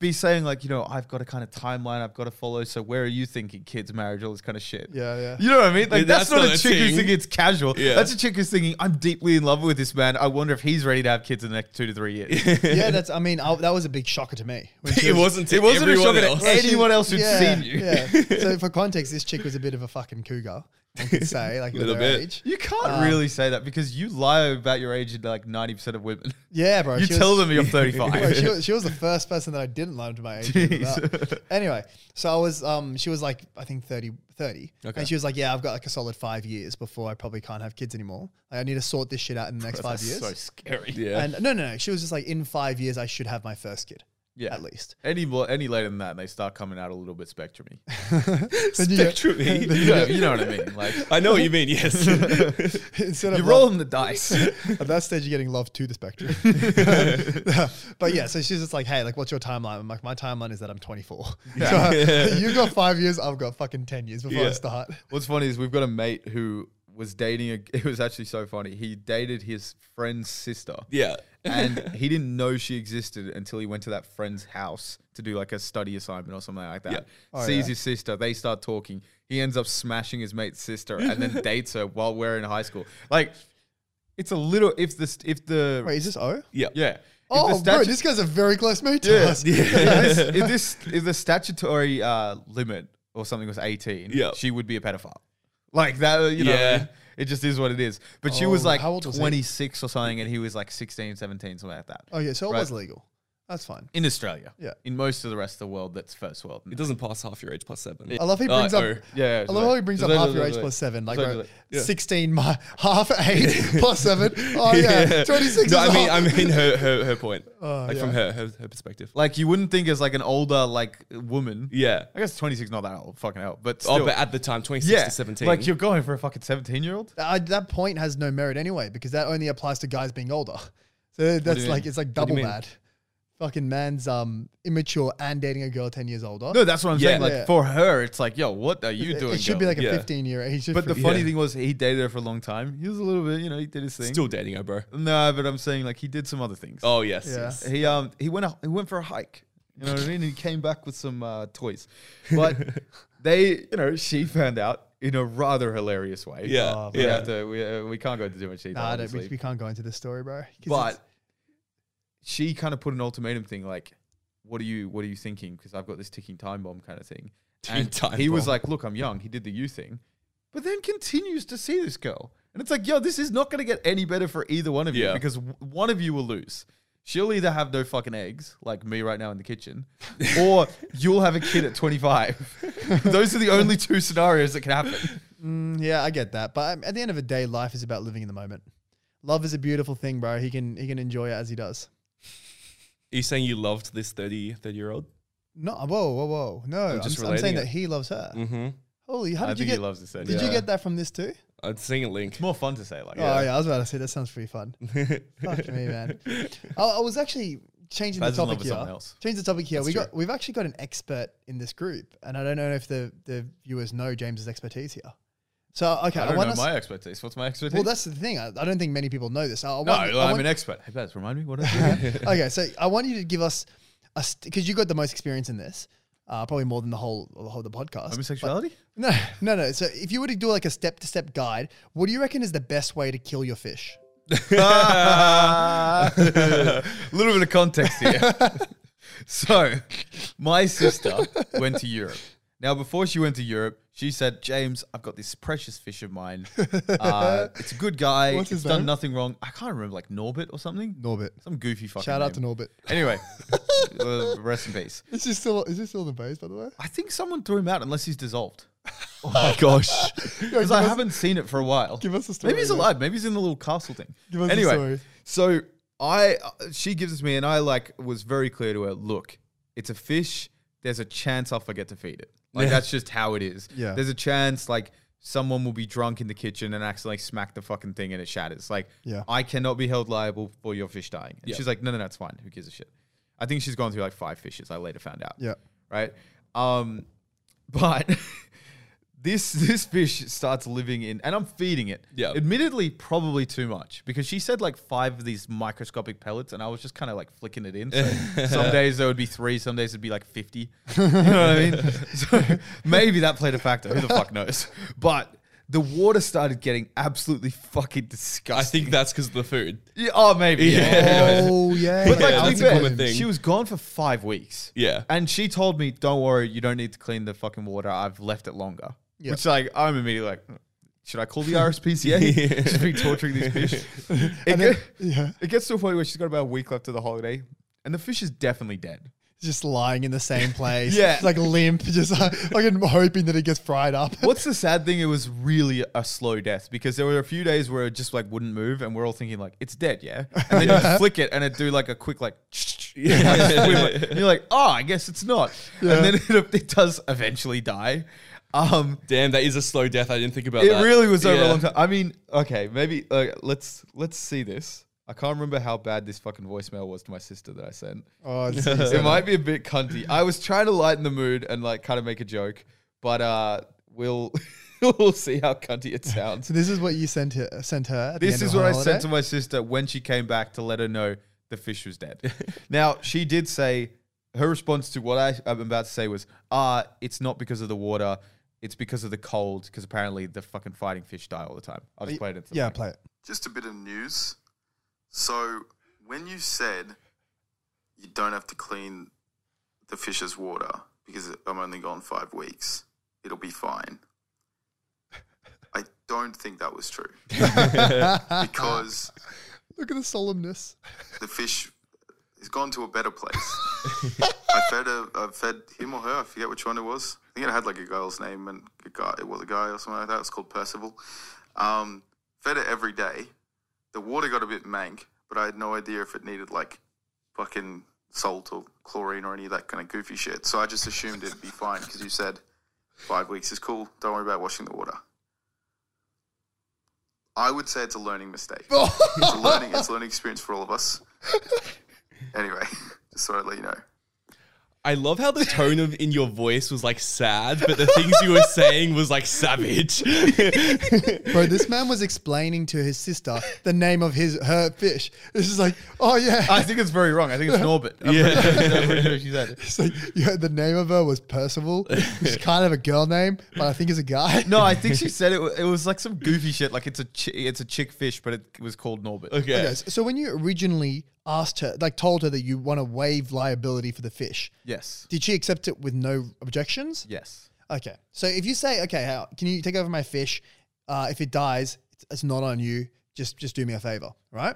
S1: be saying like, you know, I've got a kind of timeline I've got to follow. So where are you thinking? Kids, marriage, all this kind of shit.
S3: Yeah, yeah.
S1: You know what I mean? Like
S2: Yeah,
S1: that's,
S2: that's
S1: not,
S2: not
S1: a
S2: a
S1: chick who's
S2: thing.
S1: thinking it's casual.
S2: Yeah.
S1: That's a chick who's thinking I'm deeply in love with this man. I wonder if he's ready to have kids in the next two to three years.
S3: yeah, that's. I mean, I, that was a big shocker to me. when she
S2: it
S3: was-
S2: wasn't.
S1: It wasn't a
S2: everyone
S1: shocker to
S2: else.
S1: any- anyone else who'd seen you.
S3: Yeah. So for context, this chick was a bit of a fucking cougar. I could say, like with
S2: Little
S3: her
S2: bit.
S3: age.
S1: You can't
S3: Um,
S1: really say that because you lie about your age in like ninety percent of women.
S3: Yeah, bro.
S1: You
S3: she
S1: tell
S3: was,
S1: them you're
S3: Bro,
S1: 35.
S3: she, was, she was the first person that I didn't love to my age.
S1: Jeez.
S3: Anyway, so I was, um, she was like, I think 30, 30.
S2: Okay.
S3: And she was like, yeah, I've got like a solid five years before I probably can't have kids anymore. Like, I need to sort this shit out in the next five years.
S1: so scary.
S2: Yeah.
S3: And no, no, no. She was just like, in five years, I should have my first kid.
S1: Yeah.
S3: At least.
S1: Any more, any later than that, they start coming out a little bit spectrumy.
S3: Then you go-
S2: Spectrum-y.
S3: then
S1: You
S3: you go-
S1: know, you know what I mean? Like
S2: I know what you mean. Yes.
S3: instead of
S1: you're
S3: love-
S1: rolling the dice.
S3: At that stage, you're getting love to the spectrum. but yeah, so she's just like, hey, like, what's your timeline? I'm like, my timeline is that I'm 24. So, you've got five years, I've got fucking 10 years before I
S2: Yeah.
S3: start.
S1: What's funny is we've got a mate who was dating. A, it was actually so funny. He dated his friend's sister.
S2: yeah.
S1: and he didn't know she existed until he went to that friend's house to do like a study assignment or something like that.
S2: Yeah.
S3: Oh,
S1: Sees
S3: yeah.
S1: his sister, they start talking. He ends up smashing his mate's sister and then dates her while we're in high school. Like, it's a little if the st- if the
S3: Wait, is this O?
S2: Yeah.
S1: yeah. If the
S3: Oh, bro,
S1: statu-
S3: this guy's a very close mate to
S1: Yeah. if
S3: us.
S1: this if this if the statutory uh, limit or something was eighteen,
S2: Yeah.
S1: she would be a pedophile. Like that, uh, you know. what I
S2: Yeah.
S1: mean? It just is what it is. But she was
S3: Oh,
S1: like
S3: how old was he?
S1: 26 or something, and he was like 16, 17, something like that.
S3: Oh, yeah, so it
S1: Right.
S3: was legal. That's fine.
S1: In Australia.
S3: Yeah.
S1: In most of the rest of the world, that's first world.
S2: It doesn't pass half your age plus seven.
S3: I love he
S2: Uh,
S3: brings
S2: oh.
S3: up.
S1: Yeah, yeah,
S3: I love how he
S1: sorry.
S3: brings
S1: Sorry,
S3: up half
S1: sorry,
S3: your age
S1: sorry.
S3: plus seven, like
S1: Sorry,
S3: bro,
S1: sorry. Yeah.
S3: sixteen mi- half eight plus seven. Oh yeah, twenty six.
S2: No, I mean, I mean her her, her point,
S1: Oh,
S2: like from
S3: yeah.
S2: her, her her perspective.
S1: Like you wouldn't think as like an older like woman.
S2: Yeah.
S1: I guess 26 not that old, fucking hell. But still,
S2: Oh, but at the time, twenty six
S1: yeah,
S2: to seventeen.
S1: Like you're going for a fucking 17 year old.
S3: I, that point has no merit anyway because that only applies to guys being older. So that's
S1: mean?
S3: like it's like double
S2: mean?
S3: bad. fucking man's um immature and dating a girl ten years older.
S1: No, that's what I'm saying.
S2: Yeah.
S1: Like
S3: Yeah.
S1: for her, it's like, yo, what are you
S3: it,
S1: doing?
S3: it should be
S1: girl?
S3: like a
S2: yeah.
S3: fifteen year age.
S1: But the funny
S2: Yeah.
S1: thing was, he dated her for a long time. He was a little bit, you know, he did his thing.
S2: Still dating her, bro.
S1: No, but I'm saying like he did some other things.
S2: Oh yes.
S3: Yeah.
S2: yes.
S1: He um he went a, he went for a hike. You know what I mean? And he came back with some uh, toys, but they, you know, she found out in a rather hilarious way.
S2: Yeah.
S3: Oh,
S1: we
S2: yeah.
S1: have to. We, uh, we can't go into too much detail.
S3: nah, I don't- we,
S1: obviously.
S3: we can't go into this story, bro. 'Cause
S1: but
S3: it's-
S1: she kind of put an ultimatum thing like what are you what are you thinking because i've got this ticking time bomb kind of thing
S2: Ticking
S1: and
S2: time
S1: he was
S2: bomb.
S1: like look i'm young he did the you thing but then continues to see this girl and it's like yo this is not going to get any better for either one of you
S2: Yeah.
S1: because w- one of you will lose she'll either have no fucking eggs like me right now in the kitchen or you'll have a kid at 25 those are the only two scenarios that can happen
S3: Mm, yeah, I get that. But um, at the end of the day, life is about living in the moment. Love is a beautiful thing, bro. He can he can enjoy it as he does.
S2: Are you saying you loved this 30, 30 year old?
S3: No, whoa, whoa, whoa. No, I'm,
S2: just
S3: s- I'm saying
S2: relating it.
S3: that he loves her.
S2: Mm-hmm.
S3: Holy, how
S1: Mm. i think
S3: did you
S1: he
S3: get?
S1: loves this idea.
S3: Did you
S2: Yeah.
S3: get that from this too?
S2: I'd sing a link.
S1: it's more fun to say like
S3: Oh yeah, I was about to say that sounds pretty fun. Fuck me, man. I, I was actually changing
S1: Faz is
S3: the
S1: in love
S3: topic
S1: with
S3: here.
S1: someone else.
S3: Change the topic here.
S2: That's
S3: we
S2: true.
S3: got we've actually got an expert in this group, and I don't know if the the viewers know James's expertise here. So okay,
S1: i
S3: I,
S1: don't
S3: want
S1: know
S3: us.
S1: my expertise what's my expertise
S3: well, that's the thing. I, I don't think many people know this. I, I
S1: No,
S3: want, I
S1: I'm
S3: want-
S1: an expert. Hey, Baz, remind me what I do.
S3: okay, so I want you to give us a because you got the most experience in this, uh, probably more than the whole the whole of the podcast.
S1: Homosexuality?
S3: But- no, no, no. So if you were to do like a step to step guide, what do you reckon is the best way to kill your fish?
S1: A little bit of context here. so, my sister went to Europe. Now, before she went to Europe, she said, James, I've got this precious fish of mine. Uh, it's a good guy.
S3: What's his
S1: it's done
S3: name?
S1: nothing wrong. I can't remember, like Norbit or something.
S3: Norbit.
S1: Some goofy fucking
S3: Shout out to
S1: name.
S3: Norbit.
S1: Anyway, uh, rest in peace.
S3: Is this still is this still in the base by the way?
S1: I think someone threw him out unless he's dissolved. Oh my gosh. Because I haven't seen it for a while.
S3: give us the story,
S1: Maybe he's
S3: yeah.
S1: alive. Maybe he's in the little castle thing.
S3: Give us the
S1: anyway,
S3: story.
S1: so I uh, she gives me and I like was very clear to her, look, it's a fish. There's a chance I'll forget to feed it. Like
S2: Yeah.
S1: that's just how it is.
S3: Yeah.
S1: There's a chance like someone will be drunk in the kitchen and accidentally smack the fucking thing and it shatters. Like
S3: Yeah.
S1: I cannot be held liable for your fish dying. And
S2: Yeah.
S1: she's like, no, no, no, it's fine. Who gives a shit? I think she's gone through like five fishes. I later found out
S3: Yeah.
S1: right? Um, but this this fish starts living in, and I'm feeding it.
S2: Yeah.
S1: Admittedly, probably too much because she said like five of these microscopic pellets, and I was just kind of like flicking it in. So some days there would be three, some days it'd be like fifty. You know what I mean? So maybe that played a factor. Who the fuck knows? But the water started getting absolutely fucking
S2: I
S1: disgusting.
S2: think that's because of the food.
S1: Yeah, oh, maybe.
S2: Yeah.
S3: Oh yeah.
S1: But
S2: Yeah,
S1: like, to
S2: that's
S1: be
S2: a
S1: fair,
S2: common thing.
S1: she was gone for five weeks.
S2: Yeah.
S1: And she told me, "Don't worry, you don't need to clean the fucking water. I've left it longer."
S3: Yeah.
S1: Which, like, I'm immediately like, "Should I call the RSPCA? Should be torturing these fish." It,
S3: And then-
S1: ge-
S3: yeah.
S1: it gets to a point where she's got about a week left of the holiday, and the fish is definitely dead.
S3: just lying in the same place.
S1: Yeah.
S3: It's like limp, just like, like I'm hoping that it gets fried up.
S1: What's the sad thing? It was really a slow death because there were a few days where it just like wouldn't move, and we're all thinking like, "It's dead, yeah." And then you flick it, and it do like a quick like. swim it. And you're like, oh, I guess it's not. And then it, it does eventually die. Um,
S2: Damn, that is a slow death. I didn't think about
S1: it
S2: that.
S1: really was over
S2: Yeah.
S1: a long time. I mean, okay, maybe uh, let's let's see this. I can't remember how bad this fucking voicemail was to my sister that I sent.
S3: Oh, it's,
S1: it might be a bit cunty. I was trying to lighten the mood and like kind of make a joke, but uh, we'll we'll see how cunty it sounds.
S3: so this is what you sent her. Sent her. at the
S1: This
S3: end of
S1: is
S3: her
S1: what I
S3: holiday?
S1: sent to my sister when she came back to let her know the fish was dead. now, she did say her response to what I, I'm about to say was, ah, it's not because of the water. It's because of the cold, because apparently the fucking fighting fish die all the time. I'll just play it. Into the
S3: Uh, Yeah,
S1: mic.
S3: play it.
S4: Just a bit of news. So, when you said you don't have to clean the fish's water because I'm only gone five weeks, it'll be fine. I don't think that was true because
S3: Look at the solemnness.
S4: the fish has gone to a better place. I fed a, I fed him or her. I forget which one it was. I think it had like a girl's name and a guy. It was a guy or something like that. It's called Percival. Um, fed it every day. The water got a bit mank, but I had no idea if it needed like fucking salt or chlorine or any of that kind of goofy shit. So I just assumed it'd be fine because you said five weeks is cool. Don't worry about washing the water. I would say it's a learning mistake. it's a learning. It's a learning experience for all of us. Anyway. Just thought I'd let you know.
S2: I love how the tone of in your voice was like sad, but the things you were saying was like savage.
S3: Bro, this man was explaining to his sister the name of his her fish. This is like, oh yeah.
S1: I think it's very wrong. I think it's Norbit. I'm
S2: Yeah.
S1: pretty sure- I'm pretty sure she said.
S3: It's like, yeah, the name of her was Percival. It's kind of a girl name, but I think it's a guy.
S1: No, I think she said it. wa- It was like some goofy shit. Like it's a chi- it's a chick fish, but it was called Norbit.
S2: okay.
S3: Okay, so- so when you originally asked her, like told her that you want to waive liability for the fish,
S1: Yes.
S3: did she accept it with no objections?
S1: Yes.
S3: Okay. So if you say, okay, how, can you take over my fish? Uh, if it dies, it's, it's not on you. Just just do me a favor, right?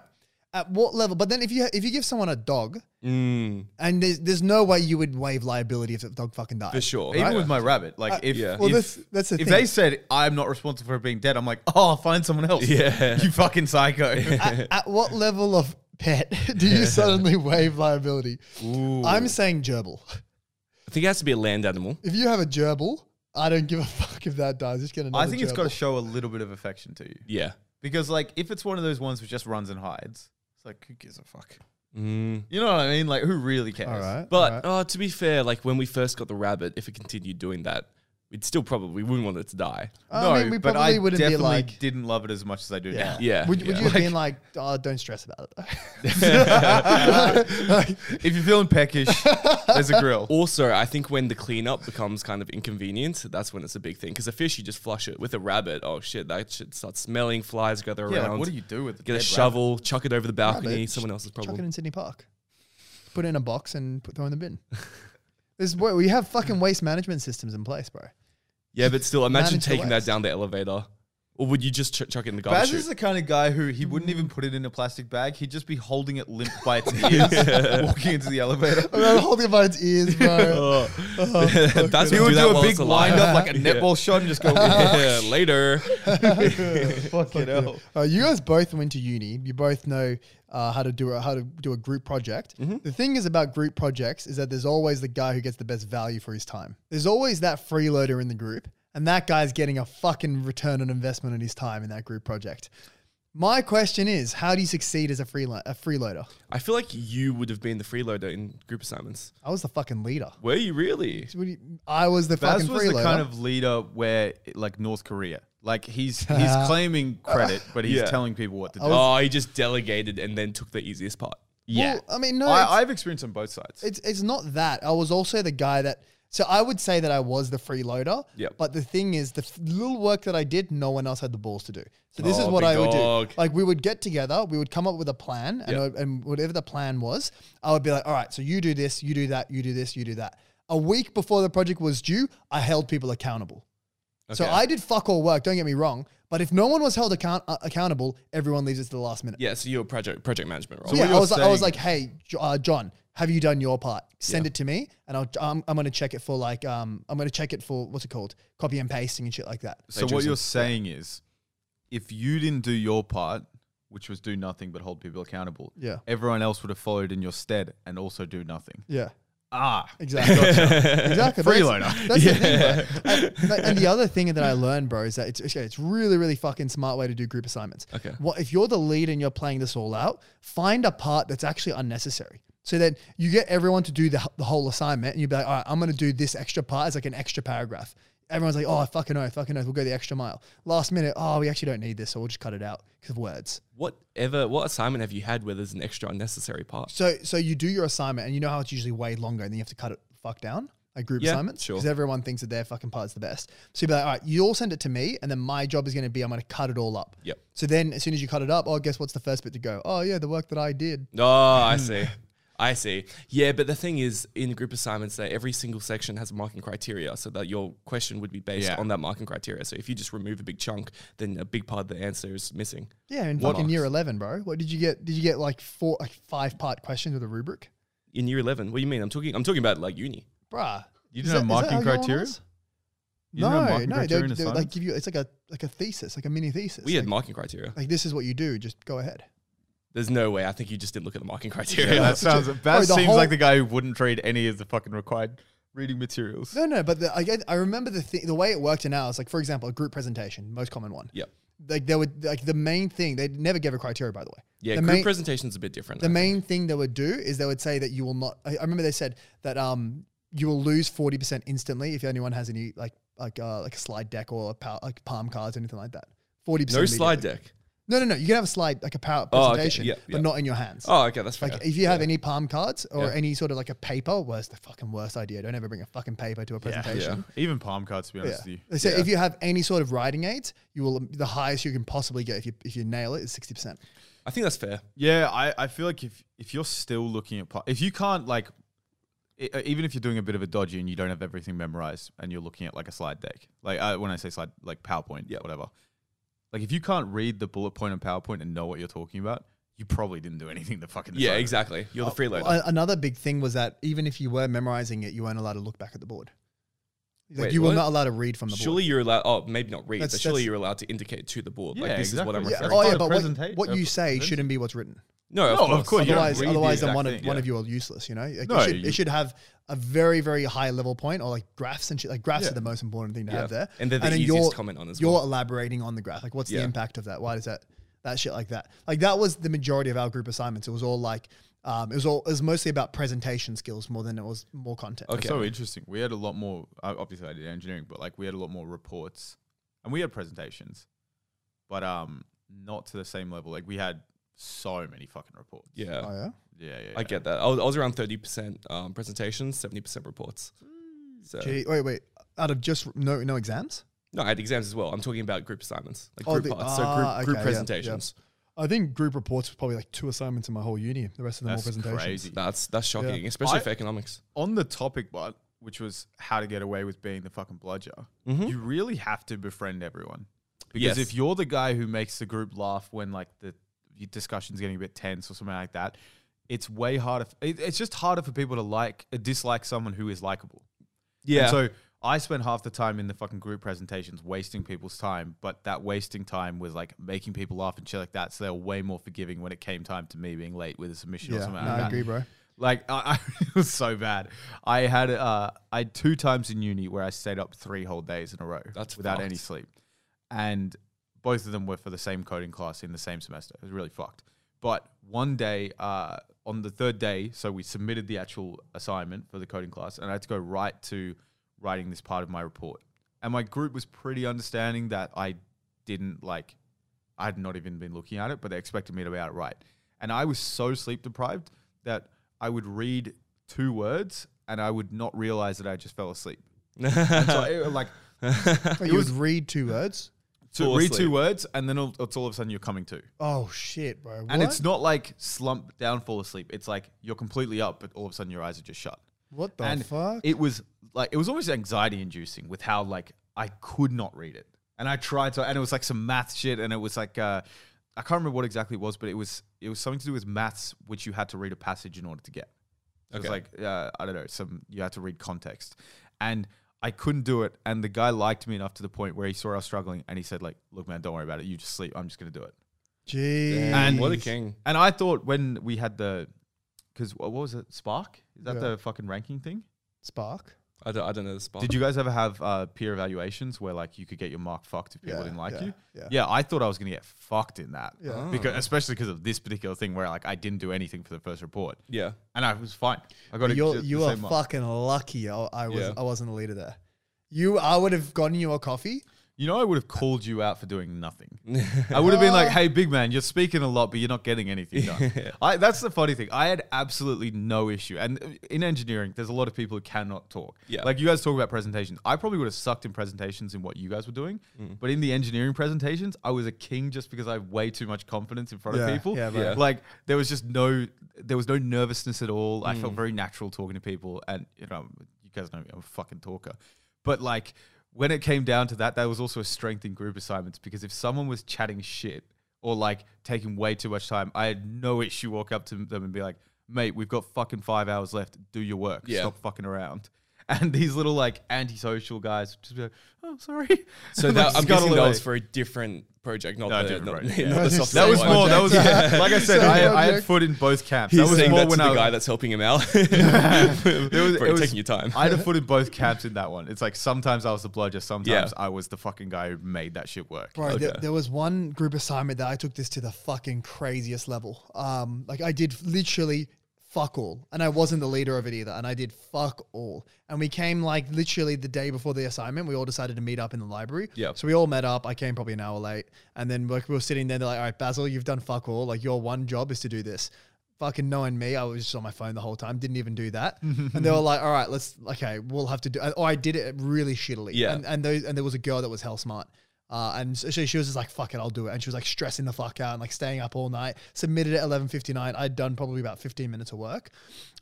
S3: At what level? But then if you if you give someone a dog,
S2: Mm,
S3: and there's, there's no way you would waive liability if the dog fucking died.
S2: for sure.
S1: Even with my rabbit, like if
S2: yeah.
S3: Well,
S1: if,
S3: that's that's the
S1: if
S3: thing.
S1: they said I'm not responsible for it being dead, I'm like, oh, find someone else.
S2: Yeah.
S1: you fucking psycho.
S3: at, at what level of pet do you suddenly waive liability? I'm saying gerbil.
S2: I think it has to be a land animal.
S3: If you have a gerbil, I don't give a fuck if that dies. Just get another.
S1: I think it's got to
S3: gerbil.
S1: show a little bit of affection to you
S2: Yeah.
S1: because, like, if it's one of those ones which just runs and hides, it's like who gives a fuck?
S2: Mm.
S1: You know what I mean? Like, who really cares?
S3: All right,
S2: But
S3: all right.
S2: uh, to be fair, like when we first got the rabbit, if it continued doing that, we'd still probably we wouldn't want it to die.
S1: No,
S3: I mean, we
S1: but
S3: probably
S1: I
S3: wouldn't be
S1: definitely
S3: like.
S1: didn't love it as much as I do now.
S2: Yeah.
S3: Would, would
S2: yeah.
S3: you have been like, oh, don't stress about it? Like,
S1: If you're feeling peckish, there's a grill.
S2: Also, I think when the cleanup becomes kind of inconvenient, that's when it's a big thing. Because a fish, you just flush it. With a rabbit, oh shit, that shit starts smelling. Flies gather
S1: Yeah,
S2: around.
S1: like, what do you do with the
S2: Get a
S1: dead
S2: shovel, chuck it over the balcony.
S3: Rabbit,
S2: Someone else's
S3: chuck it
S2: problem.
S3: in Sydney Park. Put it in a box and put throw in the bin. This boy, we have fucking waste management systems in place, bro.
S2: Yeah, but still, imagine
S3: Manage the
S2: taking that
S3: waste.
S2: down the elevator. Or would you just ch- chuck it in the
S1: rabbit?
S2: garbage?
S1: Baz is
S2: chute?
S1: the kind of guy who he wouldn't even put it in a plastic bag. He'd just be holding it limp by its ears, walking into the elevator.
S3: I'm holding it by its ears, bro.
S2: Oh. that's
S1: He
S2: when
S1: would
S2: you that
S1: do a
S2: while
S1: big
S2: it's alive.
S1: wind up like a netball shot and just go
S2: Yeah, later.
S1: fucking hell.
S3: Uh, you guys both went to uni. You both know uh, how to do a, how to do a group project.
S1: Mm-hmm.
S3: The thing is about group projects is that there's always the guy who gets the best value for his time. There's always that freeloader in the group, and that guy's getting a fucking return on investment on his time in that group project. My question is, how do you succeed as a freelo- a freeloader?
S2: I feel like you would have been the freeloader in group assignments.
S3: I was the fucking leader.
S2: Were you really?
S3: What do you- I was the
S1: Baz
S3: fucking
S1: was
S3: freeloader.
S1: the kind of leader where, like North Korea, like he's he's claiming credit, but he's
S2: Yeah.
S1: telling people what to do.
S2: Oh, he just delegated and then took the easiest part.
S1: yeah,
S3: Well, I mean, no, it's-
S1: I, I've experienced on both sides.
S3: it's it's not that. I was also the guy that. So I would say that I was the freeloader.
S2: Yep.
S3: But the thing is, the f- little work that I did, no one else had the balls to do. So this is
S2: Oh,
S3: what
S2: big
S3: I would
S2: dog.
S3: do. Like we would get together, we would come up with a plan, and, I would- and whatever the plan was, I would be like, all right, so you do this, you do that, you do this, you do that. A week before the project was due, I held people accountable. So
S2: Okay.
S3: I did fuck all work. Don't get me wrong, but if no one was held account- uh, accountable, everyone leaves it to the last minute.
S2: Yeah, so you're a project project management role.
S1: So- what
S3: yeah, I
S1: you're
S3: was, like, I was
S1: saying-
S3: like, hey, Jo- uh, John, have you done your part? Send it to me, and I'll, um, I'm, I'm gonna check it for like, um, I'm gonna check it for what's it called, copy and pasting and shit like that.
S1: so what you're saying is, if you didn't do your part, which was do nothing but hold people accountable,
S3: Yeah.
S1: everyone else would have followed in your stead and also do nothing.
S3: Yeah,
S1: Ah,
S3: exactly, exactly. But
S1: Freeloader.
S3: That's, that's the thing, bro. And, and the other thing that I learned, bro, is that it's okay, it's really, really fucking smart way to do group assignments.
S2: Okay.
S3: What if you're the lead and you're playing this all out? Find a part that's actually unnecessary. So that you get everyone to do the, the whole assignment, and you'd be like, "All right, I'm going to do this extra part as like an extra paragraph." Everyone's like, "Oh, I fucking know, fucking know." We'll go the extra mile. Last minute, oh, we actually don't need this, so we'll just cut it out because of words.
S2: Whatever, what assignment have you had where there's an extra unnecessary part?
S3: So so you do your assignment and you know how it's usually way longer and then you have to cut it the fuck down like group
S2: Yeah,
S3: assignments
S2: sure.
S3: because everyone thinks that their fucking part's the best. So you'd be like, all right, you all send it to me and then my job is going to be I'm going to cut it all up.
S2: Yep.
S3: So then as soon as you cut it up, oh, guess what's the first bit to go? Oh yeah, the work that I did.
S2: Oh, I see. I see. Yeah, but the thing is, in group assignments, that every single section has a marking criteria, so that your question would be based
S1: Yeah.
S2: on that marking criteria. So if you just remove a big chunk, then a big part of the answer is missing.
S3: Yeah, in
S2: What-
S3: fucking year eleven, bro. What did you get? Did you get like four, like five part questions with a rubric?
S2: In year eleven, what do you mean? I'm talking. I'm talking about like uni.
S3: Bruh.
S1: you
S3: Is
S1: didn't have
S3: that- is
S1: marking
S3: that how your one
S1: criteria.
S3: was?
S1: You didn't have
S3: No,
S1: marking
S3: no, they
S1: criteria in
S3: would, they would like
S1: assignments?
S3: give you it's like a like a thesis, like a mini thesis.
S2: We had
S3: like,
S2: marking criteria.
S3: like this is what you do. Just go ahead.
S2: There's no way. I think you just didn't look at the marking criteria.
S1: Yeah, that sounds. Baz
S3: the
S1: seems
S3: whole-
S1: like the guy who wouldn't trade any of the fucking required reading materials.
S3: No, no, but the, I, get- I remember the thi- the way it worked in ours. Like for example, a group presentation, most common one.
S2: Yep.
S3: like they would like the main thing they never gave a criteria by the way.
S2: Yeah,
S3: the
S2: group
S3: main,
S2: presentation's a bit different.
S3: the main thing they would do is they would say that you will not. I I remember they said that um you will lose forty percent instantly if anyone has any like like uh, like a slide deck or a power, like palm cards or anything like that. Forty percent.
S2: no slide deck.
S3: No, no, no. You can have a slide like a power
S2: Oh, okay.
S3: presentation,
S2: Yeah, yeah.
S3: but not in your hands.
S2: Oh, okay, that's fair.
S3: Like if you have any palm cards or
S2: Yeah.
S3: any sort of like a paper, worst the fucking worst idea. Don't ever bring a fucking paper to a presentation.
S1: Even palm cards, to be honest with you.
S3: They say if you have any sort of writing aids, you will the highest you can possibly get if you if you nail it is sixty percent.
S2: I think that's fair.
S1: Yeah, I, I feel like if if you're still looking at pa- if you can't like e- uh, even if you're doing a bit of a dodgy and you don't have everything memorized and you're looking at like a slide deck like uh, when I say slide like PowerPoint yeah whatever like if you can't read the bullet point on PowerPoint and know what you're talking about you probably didn't do anything to fucking
S2: Yeah,
S1: decide.
S2: exactly. You're
S3: Uh,
S2: the freeloader.
S3: Another big thing was that even if you were memorizing it, you weren't allowed to look back at the board. Like
S2: Wait,
S3: you were
S2: what?
S3: not allowed to read from the
S2: surely you're allowed. Oh, maybe not read,
S3: That's-
S2: but surely
S3: that's-
S2: you're allowed to indicate to the board. like
S1: Yeah,
S2: this is what I'm
S1: exactly.
S3: board.
S2: referring.
S3: Yeah. Oh yeah,
S1: Part
S3: but
S1: of
S3: what,
S1: presenta-
S3: what
S1: uh,
S3: you say
S1: present-
S3: shouldn't be what's written.
S2: No, of
S1: No,
S2: course.
S1: of course, you don't
S3: Otherwise,
S1: read the
S3: otherwise, then
S1: exact
S3: one of
S1: thing,
S3: one
S1: yeah.
S3: of you are useless. You know, like
S1: No,
S3: it, should,
S1: you-
S3: it should have a very very high level point or like graphs and shit. Like graphs are the most important thing to have there.
S2: And they're the
S3: then
S2: easiest
S3: you're-
S2: comment on as
S3: You're
S2: well.
S3: elaborating on the graph. Like, what's the
S2: Yeah.
S3: impact of that? Why does that that shit like that? Like that was the majority of our group assignments. It was all like, um, it was all it was mostly about presentation skills more than it was more content.
S1: It's
S2: Okay.
S1: so interesting we had a lot more uh, obviously I did engineering but like we had a lot more reports and we had presentations but um not to the same level like we had so many fucking reports
S2: Yeah.
S3: Oh yeah.
S1: yeah yeah,
S2: I
S1: yeah.
S2: get that. I was, I was around thirty percent um, presentations, seventy percent reports. So
S3: Mm. Gee, wait, wait. Out of just no no exams.
S2: no, I had exams as well. I'm talking about group assignments, like
S3: Oh,
S2: group
S3: the-
S2: parts, so group,
S3: ah,
S2: group
S3: okay, yeah, yeah.
S2: presentations.
S3: I think group reports was probably like two assignments in my whole uni. The rest of them all
S1: that's
S3: presentations.
S1: crazy
S2: That's that's shocking, especially
S1: I-
S2: for economics.
S1: on the topic, but which was how to get away with being the fucking bludger,
S3: Mm-hmm.
S2: Mhm.
S1: you really have to befriend everyone because
S2: Yes.
S1: if you're the guy who makes the group laugh when like the your discussion's getting a bit tense or something like that, it's way harder. f- it- it's just harder for people to like uh, dislike someone who is likable. And
S2: Yeah.
S1: so I spent half the time in the fucking group presentations wasting people's time, but that wasting time was like making people laugh and shit like that. So they were way more forgiving when it came time to me being late with a submission or
S3: Yeah,
S1: something
S3: no,
S1: like
S3: I
S1: that.
S3: agree, bro.
S1: Like I, I it was so bad. I had uh, I had two times in uni where I stayed up three whole days in a row
S2: That's
S1: without
S2: fucked.
S1: any sleep, and both of them were for the same coding class in the same semester. It was really fucked. But one day, uh, on the third day, so we submitted the actual assignment for the coding class, and I had to go right to writing this part of my report. And my group was pretty understanding that I didn't like I had not even been looking at it, but they expected me to be out right. And I was so sleep deprived that I would read two words and I would not realize that I just fell asleep. And so it, like
S3: Wait, you would read two words.
S1: to
S2: Fall
S1: read two
S2: asleep.
S1: words and then all- it's all of a sudden you're coming to.
S3: Oh shit, bro!
S1: And
S3: what?
S1: it's not like slump down, fall asleep. It's like you're completely up, but all of a sudden your eyes are just shut.
S3: what the
S1: and
S3: fuck?
S1: it was like it was almost anxiety inducing with how like I could not read it, and I tried to, and it was like some math shit, and it was like uh, I can't remember what exactly it was, but it was it was something to do with maths which you had to read a passage in order to get. So It was
S2: Okay.
S1: like uh, I don't know, some you had to read context, and I couldn't do it, and the guy liked me enough to the point where he saw I was struggling, and he said like, "Look, man, don't worry about it. You just sleep. I'm just gonna do it."
S3: Jeez.
S2: and what a king.
S1: And I thought when we had the, because what was it, Spark? Is that
S3: Yeah.
S1: the fucking ranking thing?
S3: Spark.
S2: I don't, I don't know the spot.
S1: Did you guys ever have uh, peer evaluations where like you could get your mark fucked if people
S3: Yeah,
S1: didn't like
S3: yeah,
S1: you?
S3: yeah.
S1: I thought I was gonna get fucked in that.
S3: Yeah.
S1: Because especially because of this particular thing where like I didn't do anything for the first report
S2: Yeah.
S1: and I was fine. I got
S3: You're,
S1: it.
S3: you are fucking lucky. I, I was
S2: Yeah.
S3: I wasn't the leader there. You, I would have gotten you a coffee.
S1: You know, I would have called you out for doing nothing. I would have been like, "Hey, big man, you're speaking a lot, but you're not getting anything done." I, that's the funny thing. I had absolutely no issue, and uh, in engineering, there's a lot of people who cannot talk.
S2: Yeah.
S1: like you guys talk about presentations. I probably would have sucked in presentations in what you guys were doing, but in the engineering presentations, I was a king just because I have way too much confidence in front
S3: Yeah,
S1: of people.
S3: yeah, bro. Yeah.
S1: like there was just no, there was no nervousness at all. I
S2: Mm.
S1: felt very natural talking to people, and you know, you guys know me, I'm a fucking talker. But like when it came down to that, that was also a strength in group assignments because if someone was chatting shit or like taking way too much time, I had no issue walk up to them and be like, mate, we've got fucking five hours left. Do your work.
S2: Yeah.
S1: Stop fucking around. and these little like antisocial guys just be like, "Oh, sorry."
S2: So
S1: And,
S2: that,
S1: like,
S2: I'm
S1: just got
S2: guessing that
S1: away.
S2: was for a different project, not
S1: No,
S2: the,
S1: different
S2: not,
S1: project,
S2: not
S1: yeah.
S2: the
S3: That's
S2: software
S1: that was
S2: one.
S1: more. That was
S3: Yeah.
S1: like I said. I, I had
S3: Subject.
S1: foot in both camps.
S2: He's
S1: that was
S2: saying
S1: more
S2: that to
S1: when I
S2: the
S1: was,
S2: guy that's helping him out.
S1: It was-
S2: Bro,
S1: it was-
S2: taking your time.
S1: I had a foot in both camps in that one. It's like sometimes I was the bludger, sometimes I was the fucking guy who made that shit work.
S3: Bro, there, there was one group assignment that I took this to the fucking craziest level. Um, like I did literally fuck all, and I wasn't the leader of it either, and I did fuck all. And we came like literally the day before the assignment. We all decided to meet up in the library.
S2: Yep.
S3: So we all met up. I came probably an hour late, and then like we were sitting there. They're like, "All right, Basil, you've done fuck all. Like your one job is to do this." Fucking knowing me, I was just on my phone the whole time. Didn't even do that. and they were like, "All right, let's okay, we'll have to do." Or I did it really shittily.
S2: Yeah.
S3: And, and those and there was a girl that was hell smart. Uh, and so she, she was just like, fuck it, I'll do it. And she was like stressing the fuck out and like staying up all night. Submitted at 11.59. I'd done probably about 15 minutes of work.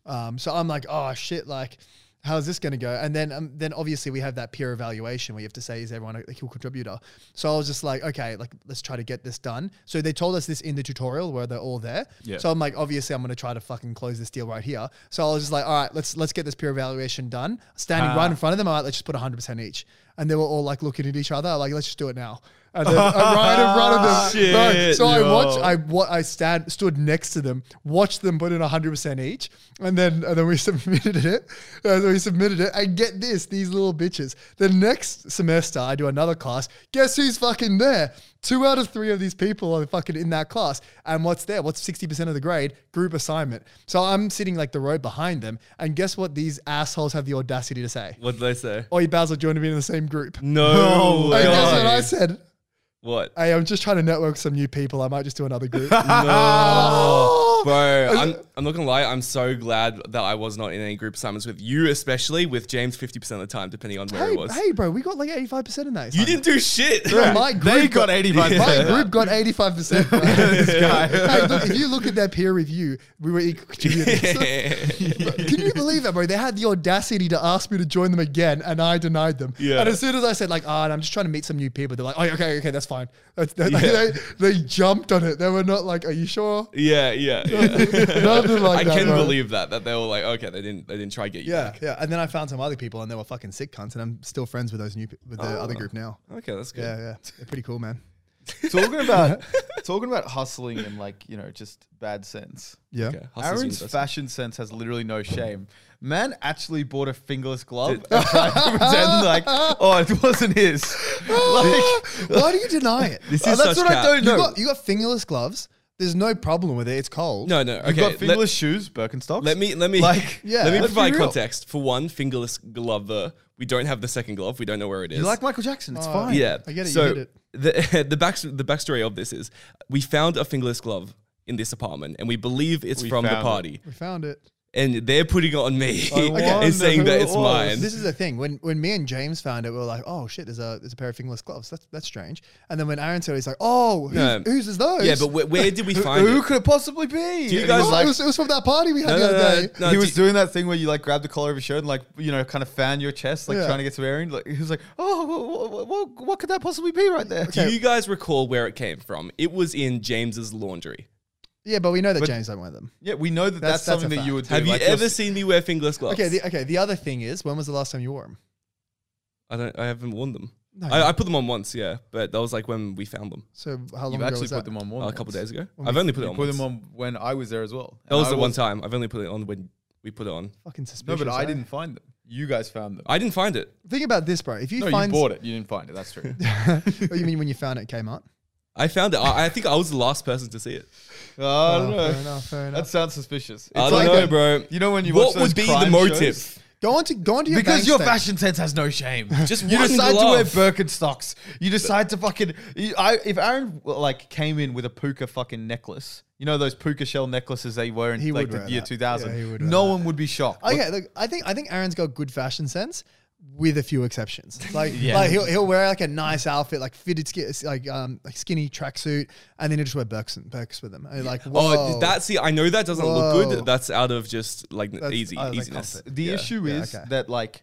S3: Um, so I'm like, oh shit, like, how's this going to go? And then um, then obviously we have that peer evaluation where you have to say, is everyone a a cool contributor? So I was just like, okay, like, let's try to get this done. So they told us this in the tutorial where they're all there.
S1: Yeah.
S3: So I'm like, obviously I'm going to try to fucking close this deal right here. So I was just like, all right, let's, let's get this peer evaluation done. Standing
S2: Ah.
S3: right in front of them, I'm like, let's just put 100% each. And they were all like looking at each other, like, let's just do it now. And then I'm right in front of them.
S2: Shit,
S3: Bro, so I
S2: yo.
S3: watch, I what I stand stood next to them, watched them put in 100% each, and then and then we submitted it. And we submitted it. And get this, these little bitches. The next semester, I do another class. Guess who's fucking there? Two out of three of these people are fucking in that class. And what's there? What's 60% of the grade? Group assignment. So I'm sitting like the road behind them. And guess what these assholes have the audacity to say?
S2: what did I say?
S3: Oi, Basil, do you want to be in the same group?
S2: No.
S3: And
S2: way.
S3: guess Oh, what I said?
S2: What?
S3: Hey, I'm just trying to network some new people. I might just do another group.
S2: No. Bro, I'm, I'm not gonna lie. I'm so glad that I was not in any group assignments with you, especially with James 50% of the time, depending on where
S3: hey,
S2: it was.
S3: hey, bro, we got like 85% in that.
S2: you didn't do shit.
S3: Bro, my group
S1: They got 85.
S3: My group got 85%. Bro.
S1: This guy.
S3: hey, look, if you look at their peer review, we were equal Can you believe that, bro? They had the audacity to ask me to join them again, and I denied them.
S2: Yeah.
S3: And as soon as I said, like, ah, and I'm just trying to meet some new people, they're like, oh, okay, okay, that's fine. That's, they, they, they jumped on it. They were not like, are you sure?
S2: Yeah, yeah. yeah.
S3: Nothing like
S2: I
S3: that.
S2: can
S3: bro.
S2: believe that that they were like, okay, they didn't they didn't try to get you
S3: Yeah,
S2: back.
S3: yeah. And then I found some other people, and they were fucking sick cunts, and I'm still friends with those new pe- with the other group now.
S2: Okay, that's Oh, good.
S3: Yeah, yeah. They're pretty cool, man.
S1: talking about talking about hustling and like you know just bad sense.
S3: Yeah.
S2: Okay, hustle's
S1: Aaron's
S2: universal.
S1: fashion sense has literally no shame. Man actually bought a fingerless glove and tried to pretend like, oh, it wasn't his. Like,
S3: Why do you deny it? Uh,
S2: This
S1: Oh,
S2: is
S1: that's
S2: such
S1: what I
S2: cat.
S1: don't
S3: You
S1: know.
S3: got you got fingerless gloves. There's no problem with it. It's cold.
S2: No, no.
S1: You've
S2: Okay,
S1: got
S2: let-
S1: fingerless shoes, Birkenstocks.
S2: Let me let me
S1: Like,
S3: yeah,
S2: let me
S3: let's be
S2: provide
S1: real.
S2: context. For one, fingerless glover. We don't have the second glove. We don't know where it is.
S1: You like Michael Jackson? It's Oh. fine.
S2: yeah,
S3: I get it, you
S2: So
S3: hit it.
S2: the the back the backstory of this is we found a fingerless glove in this apartment, and we believe it's
S1: We
S2: from the
S1: found it.
S2: party,
S3: We found it.
S2: and they're putting it on me
S1: wonder
S2: and saying that
S1: who
S2: it's
S1: it was.
S2: mine.
S3: This is the thing. When when me and James found it, we were like, oh shit, there's a there's a pair of fingerless gloves. That's that's strange. And then when Aaron said it, he's like, oh, whose,
S2: No.
S3: whose is those?
S2: yeah, but where, where did we find
S1: Who
S2: it?
S1: could it possibly be?
S2: you
S1: And he
S2: guys
S1: was
S3: Oh,
S1: like,
S3: it, was, it was from that party we had
S2: No,
S3: the
S2: no,
S3: other
S2: no,
S3: day.
S2: no,
S1: he
S2: do
S1: was
S2: you-
S1: doing that thing where you like grab the collar of his shirt and like you know kind of fan your chest like
S3: Yeah.
S1: trying to get some air in. Like he was like, oh, what, what, what could that possibly be right there?
S2: Do you guys recall where it came from? It was in James's laundry.
S3: Yeah, but we know that James don't wear them.
S1: Yeah, we know that
S3: That's-
S1: that's,
S3: that's a
S1: something that
S3: fact.
S1: you would do.
S2: Have
S1: like,
S2: you
S1: you're
S2: ever
S1: s-
S2: seen me wear fingerless gloves?
S3: Okay. The, okay. The other thing is, when was the last time you wore them?
S2: I don't. I haven't worn them.
S3: No, you-
S2: I, I put them on once, yeah, but that was like when we found them
S3: So how long
S1: You've
S3: ago
S1: actually
S3: was
S1: put
S3: that?
S1: them on more
S2: uh, a
S1: than
S2: couple
S1: once.
S2: days ago.
S3: When
S2: I've
S3: we-
S2: only put it
S1: You
S2: on.
S1: put
S2: once.
S1: them on when I was there as well.
S2: That was
S1: And
S2: the
S1: I
S2: one time. I've only put it on when we put it on.
S3: Fucking suspicious.
S1: No, but
S3: eh?
S1: I didn't find them. You guys found them.
S2: I didn't find it.
S3: Think about this, bro. If you
S1: no,
S3: find
S1: you bought it. You didn't find it. That's true.
S3: Oh, you mean when you found it at Kmart?
S2: I found it. I, I think I was the last person to see it.
S1: Oh, I
S3: Oh,
S1: don't know.
S3: fair enough, fair
S1: That
S3: enough.
S1: sounds suspicious.
S2: I
S1: It's
S2: don't
S1: like
S2: know,
S1: a-
S2: bro.
S1: You know when you
S2: what
S1: watch those
S2: would be the
S1: crime
S2: motive?
S1: shows?
S3: Go on to go on to your
S1: Because
S3: bank
S1: your
S3: statement.
S1: fashion sense has no shame.
S2: Just
S1: you
S2: one
S1: decide
S2: glove.
S1: to wear Birkenstocks. You decide to fucking. you- I, if Aaron well, like came in with a puka fucking necklace, you know those puka shell necklaces they were in
S3: He
S1: like
S3: would
S1: the
S3: wear
S1: year
S3: that.
S1: two thousand.
S3: Yeah, he would wear
S1: no
S3: that.
S1: one would be shocked.
S3: Okay, look, I think I think Aaron's got good fashion sense, with a few exceptions. Like,
S1: Yeah.
S3: like he'll, he'll wear like a nice outfit, like fitted skin, like um like skinny tracksuit, and then he'll just wear Birks Birks with them. And like, whoa.
S2: Oh, that see, I know that doesn't look
S3: Whoa.
S2: good. That's out of just like n-
S3: That's
S2: easy
S3: out of the
S2: easiness.
S3: comfort.
S1: The
S2: Yeah.
S1: issue
S3: Yeah,
S1: is
S3: okay.
S1: that like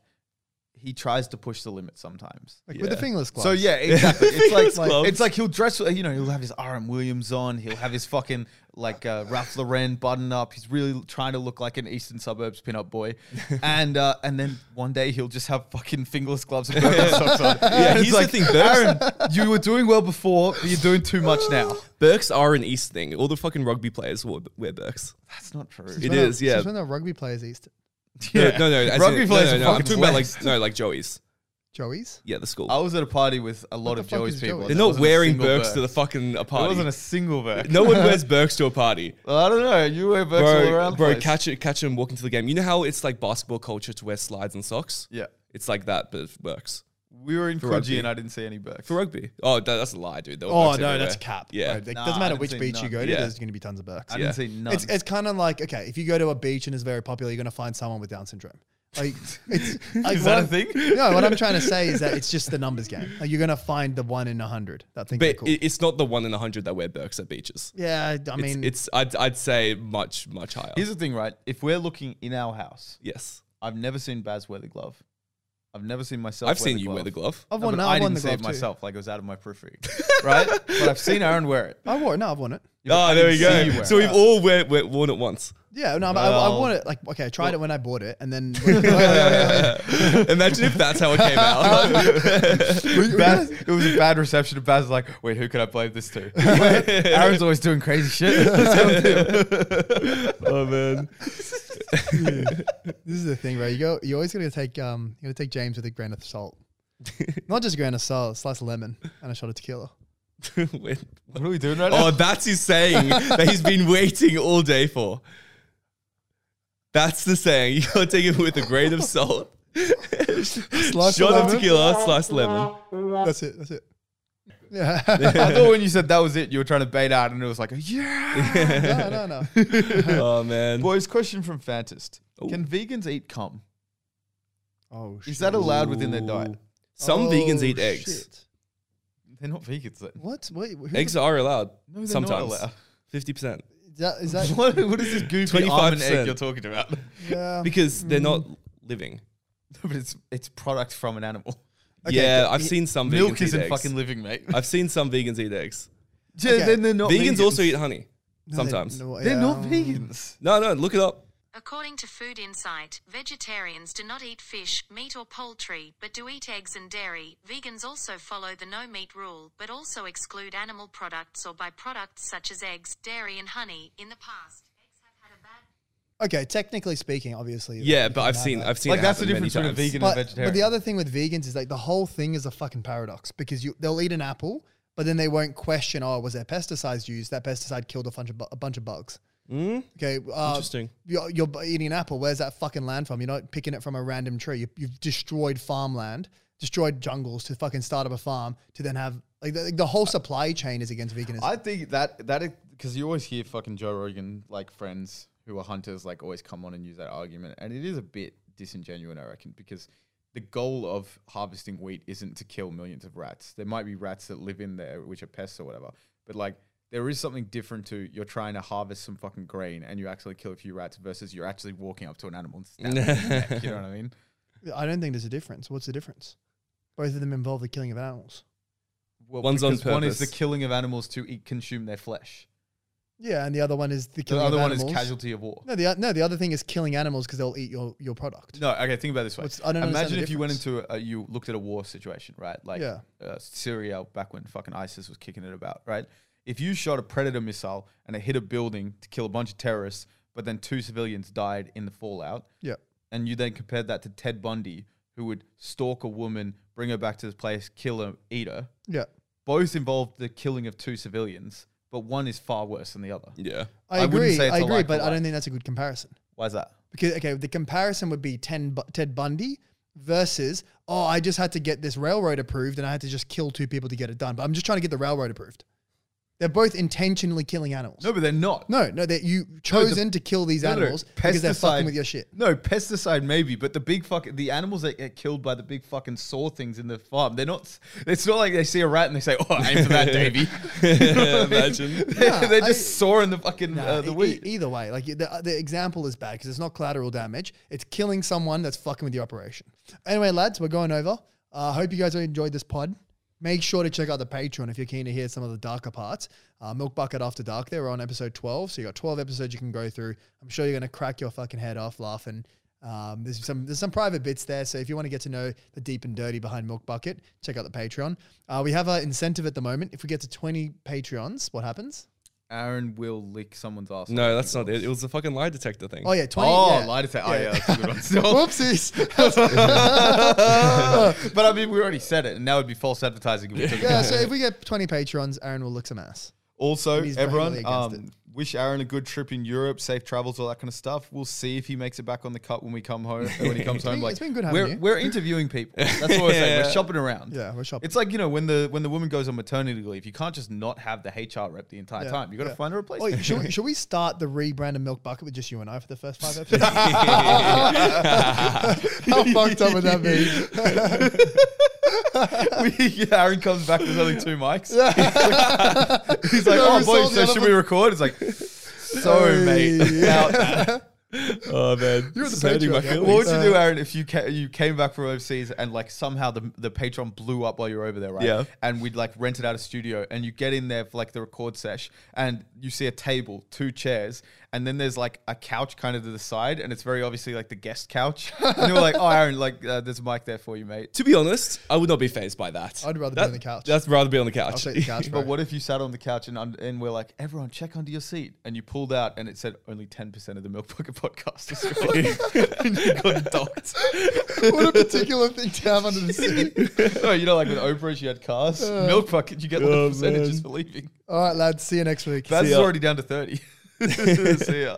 S1: he tries to push the limit sometimes.
S3: like, with the
S2: yeah.
S3: fingerless gloves.
S1: So yeah, exactly.
S2: Fingerless
S1: it's like,
S2: gloves.
S1: it's like he'll dress. You know, he'll have his RM Williams on. He'll have his fucking like uh, Ralph Lauren button up. He's really trying to look like an Eastern Suburbs pinup boy, and uh, and then one day he'll just have fucking fingerless gloves and Birkenstock socks on. Yeah,
S2: here's the thing, Birks-
S1: Aaron, you were doing well before, but you're doing too much now.
S2: Burks are an East thing. All the fucking rugby players wear, wear Burks.
S1: That's not true.
S2: It
S3: When the-
S2: is, yeah.
S3: since when the rugby players East
S1: Yeah.
S2: No, no, no. as
S1: Rugby
S2: in-
S1: players
S2: no,
S1: are
S2: no, no, I'm
S1: fucking
S2: talking about
S1: blessed.
S2: like no, like Joey's.
S3: Joey's.
S2: Yeah, the school.
S1: I was at a party with a lot
S3: the
S1: of
S3: fuck
S1: Joey's
S3: is
S1: people.
S3: Joey?
S2: They're
S1: There
S2: not
S1: wasn't a
S2: wearing
S1: single
S2: Birks to the
S1: Birk.
S2: fucking a
S1: There
S2: party.
S1: wasn't a single Birk.
S2: no one wears Burks to a party.
S1: I don't know. You wear Birks all
S2: Bro,
S1: around.
S2: bro,
S1: place.
S2: catch it, catch him walking to the game. You know how it's like basketball culture to wear slides and socks.
S1: Yeah,
S2: It's like that, but it works
S1: we were in
S2: rugby.
S1: Coogee and I didn't see any Birks.
S2: for rugby. Oh, that, that's a lie, dude. There were
S3: Oh
S2: Birks
S3: no,
S2: everywhere.
S3: that's cap.
S2: Yeah.
S3: Bro, It
S1: Nah,
S3: doesn't
S1: I
S3: matter
S1: didn't
S3: which
S1: see
S3: beach you
S1: none.
S3: go to,
S2: Yeah.
S3: there's going to be tons of Burks.
S1: I
S2: Yeah.
S1: didn't see none.
S3: It's, it's kind of like okay, if you go to a beach and it's very popular, you're going to find someone with Down syndrome. Like, it's, like
S1: Is that
S3: what
S1: a thing?
S3: I'm- No, what I'm trying to say is that it's just the numbers game. Like you're going to find the one in a hundred that think they're
S2: But
S3: cool.
S2: it, it's not the one in a hundred that wear Burks at beaches.
S3: yeah, I- I
S2: It's,
S3: mean,
S2: it's I'd, I'd say much much higher.
S1: Here's the thing, right? If we're looking in our house,
S2: yes,
S1: I've never seen Baz wear the glove. I've never seen myself.
S2: I've
S1: wear
S2: seen
S1: the
S2: you
S1: glove.
S2: wear the glove.
S3: I've
S1: No,
S3: won.
S1: but
S3: No,
S1: I
S3: I've won
S1: didn't
S3: the
S1: see
S3: glove
S1: it
S3: too.
S1: myself. Like it was out of my periphery, right? But I've seen Aaron wear it.
S3: I wore it. No, I've won it.
S1: Yeah, but
S2: oh,
S1: I
S2: there we
S1: didn't see you
S2: go.
S1: wear
S2: So
S1: it.
S2: we've all wear, wear, worn it once.
S3: Yeah, no, I, I, I
S1: Well-
S3: won it. Like, okay, I tried it when I bought it, and then wait, wait, wait, wait,
S2: Imagine if that's how it came out.
S1: Baz, it was a bad reception. And Baz was like, wait, who could I play this to? Wait, Aaron's always doing crazy shit. Let's go with him.
S2: oh man.
S3: wait. this is the thing, bro. You go. You always gotta take. Um, you gotta take James with a grain of salt. Not just a grain of salt, a slice of lemon and a shot of tequila.
S2: Wait.
S1: What are we doing right
S2: Oh,
S1: now?
S2: that's his saying that he's been waiting all day for. That's the saying. You gotta take it with a grain of salt.
S3: Slice
S2: Shot
S3: of
S2: of
S3: lemon.
S2: tequila, sliced lemon.
S3: That's it. That's it. Yeah.
S1: I thought when you said that was it, you were trying to bait out, and it was like, yeah.
S3: no, no, no.
S2: oh man.
S1: Boys, question from Fantist:
S2: Ooh.
S1: Can vegans eat cum?
S3: Oh shit.
S1: Is that allowed within their diet?
S2: Ooh. Some
S3: Oh,
S2: vegans eat eggs.
S3: shit.
S1: They're not vegans then.
S3: What? Wait. Who
S2: Eggs are allowed.
S1: No, they're
S2: sometimes.
S1: not allowed.
S2: Fifty percent.
S3: Is that? Is that
S1: What- what is this goofy
S2: 25%.
S1: almond egg you're talking about? no,
S3: yeah.
S2: Because they're not living.
S1: but it's it's product from an animal.
S3: Okay,
S2: yeah,
S3: but
S2: I've
S3: he-
S2: seen some vegans
S1: Milk
S2: eat
S1: isn't
S2: eggs.
S1: fucking living, mate.
S2: I've seen some vegans eat eggs.
S1: Yeah,
S3: Okay.
S1: then they're not
S2: Vegans also eat honey.
S3: No, they-
S2: sometimes.
S3: no,
S1: They're not
S3: um,
S1: vegans.
S2: No, no, look it up.
S5: According to Food Insight, vegetarians do not eat fish, meat, or poultry, but do eat eggs and dairy. Vegans also follow the no meat rule, but also exclude animal products or byproducts such as eggs, dairy, and honey. In the past, eggs have had a bad
S3: Okay, technically speaking, obviously.
S2: Yeah,
S3: you
S2: but
S3: can
S2: I've
S3: have
S2: seen
S3: that.
S2: I've seen
S1: Like
S2: it
S1: that's the
S2: happen many
S1: difference between a
S2: times.
S1: vegan
S3: but,
S1: and a vegetarian.
S3: But the other thing with vegans is like the whole thing is a fucking paradox because you they'll eat an apple, but then they won't question, oh, was there pesticides used? That pesticide killed a bunch of bu- a bunch of bugs. Mm? Okay, uh,
S2: Interesting.
S3: You're, you're bu- eating an apple. Where's that fucking land from? You're not picking it from a random tree. You, you've destroyed farmland, destroyed jungles to fucking start up a farm to then have like the, the whole supply chain is against veganism.
S1: I think that that because you always hear fucking Joe Rogan like friends who are hunters like always come on and use that argument, and it is a bit disingenuous, I reckon, because the goal of harvesting wheat isn't to kill millions of rats. There might be rats that live in there which are pests or whatever, but like there is something different to you're trying to harvest some fucking grain and you actually kill a few rats versus you're actually walking up to an animal and stabbing it in the neck. You know what I mean?
S3: I don't think there's a difference. What's the difference? Both of them involve the killing of animals.
S1: Well,
S2: One's on
S1: because One is the
S2: purpose.
S1: killing of animals to eat, consume their flesh.
S3: Yeah, and the other one is the
S1: The
S3: killing
S1: other
S3: of
S1: one
S3: animals.
S1: is casualty of war.
S3: No, the no, the other thing is killing animals because they'll eat your your product.
S1: No, okay. Think about it this way.
S3: What's- I don't understand
S1: Imagine
S3: the
S1: if you went
S3: difference.
S1: into a, you looked at a war situation, right? Like
S3: Yeah.
S1: uh, Syria back when fucking ISIS was kicking it about, right? If you shot a predator missile and it hit a building to kill a bunch of terrorists, but then two civilians died in the fallout,
S3: Yeah.
S1: and you then compared that to Ted Bundy, who would stalk a woman, bring her back to his place, kill her, eat her.
S3: Yeah.
S1: Both involved the killing of two civilians, but one is far worse than the other.
S2: Yeah.
S3: I,
S1: I wouldn't
S3: agree.
S1: say it's
S3: I
S1: a
S3: agree,
S1: like for
S3: but I
S1: like.
S3: don't think that's a good comparison.
S1: Why is that?
S3: Because okay, the comparison would be ten, Bu- Ted Bundy versus oh, I just had to get this railroad approved and I had to just kill two people to get it done. But I'm just trying to get the railroad approved. They're both intentionally killing animals.
S1: No, but they're not.
S3: No, no, that you chosen to kill these
S1: No, no,
S3: animals because they're
S1: pesticide-
S3: fucking with your shit.
S1: No, pesticide maybe, but the big fucking the animals that get killed by the big fucking saw things in the farm, they're not. It's not like they see a rat and they say, "Oh, aim for that, Davy."
S2: Imagine.
S1: they they just
S3: I-
S1: saw in the fucking uh, the
S3: E- e-
S1: wheat.
S3: either way, like the, uh, the example is bad because it's not collateral damage. It's killing someone that's fucking with the operation. Anyway, lads, we're going over. I uh, hope you guys enjoyed this pod. Make sure to check out the Patreon if you're keen to hear some of the darker parts. Uh, Milk Bucket After Dark, there we're on episode 12. So you got 12 episodes you can go through. I'm sure you're going to crack your fucking head off laughing. Um, there's some there's some private bits there, so if you want to get to know the deep and dirty behind Milk Bucket, check out the Patreon. Uh, we have an incentive at the moment. If we get to 20 Patreons, what happens?
S1: Aaron will lick someone's ass.
S2: No, that's not it. It was the fucking lie detector thing.
S3: Oh yeah, 20.
S1: Oh,
S3: yeah.
S1: lie detector. Oh, yeah, that's a good one. Still.
S3: Whoopsies.
S1: but I mean, we already said it, and that would be false advertising. If we took it
S3: yeah, so if we get 20 patrons, Aaron will look some ass.
S1: Also,
S3: He's vehemently
S1: everyone, um,
S3: against
S1: wish Aaron a good trip in Europe, safe travels, all that kind of stuff. We'll see if he makes it back on the cut when we come home. When he comes home,
S3: been-
S1: like
S3: it's been good having
S1: we're,
S3: you.
S1: we're interviewing people. That's what we're saying. We're shopping around.
S3: Yeah, we're shopping.
S1: It's like you know when the when the woman goes on maternity leave, you can't just not have the HR rep the entire
S3: Yeah,
S1: time. You got to
S3: yeah.
S1: find a
S3: Oh,
S1: replacement.
S3: should, we, should we start the rebrand of Milk Bucket with just you and I for the first five episodes? How fucked up would that be?
S1: We- Aaron comes back. There's only two mics. He's like,
S3: No, we
S1: oh boy,
S3: sold the
S1: so
S3: other
S1: should we record? It's like, sorry, mate. Now,
S2: Oh man,
S3: You're
S2: This
S3: the
S2: is hurting my
S3: Patreon, yeah?
S2: feelings.
S1: What would you do, Aaron, if you ca- you came back from overseas and like somehow the the Patreon blew up while you were over there, right?
S2: Yeah.
S1: And we'd like rented out a studio, and you get in there for like the record sesh, and you see a table, two chairs, and then there's like a couch kind of to the side, and it's very obviously like the guest couch. and you're like, oh, Aaron, like uh, there's a mic there for you, mate.
S2: To be honest, I would not be phased by that.
S3: I'd rather be
S2: That-
S3: on the couch.
S2: That's rather be on the couch.
S3: I'll take the couch, bro.
S1: But what if you sat on the couch and un- and we're like, everyone, check under your seat, and you pulled out, and it said only ten percent of the Milk Bucket podcast is recorded. and you got docked.
S3: what a particular thing to have under the sea.
S1: no, you know, like with Oprah, she had cars, milk bucket. You get like the percentages for leaving.
S3: All right, lads. See you next week.
S1: That's
S2: ya.
S1: already down to thirty. See ya.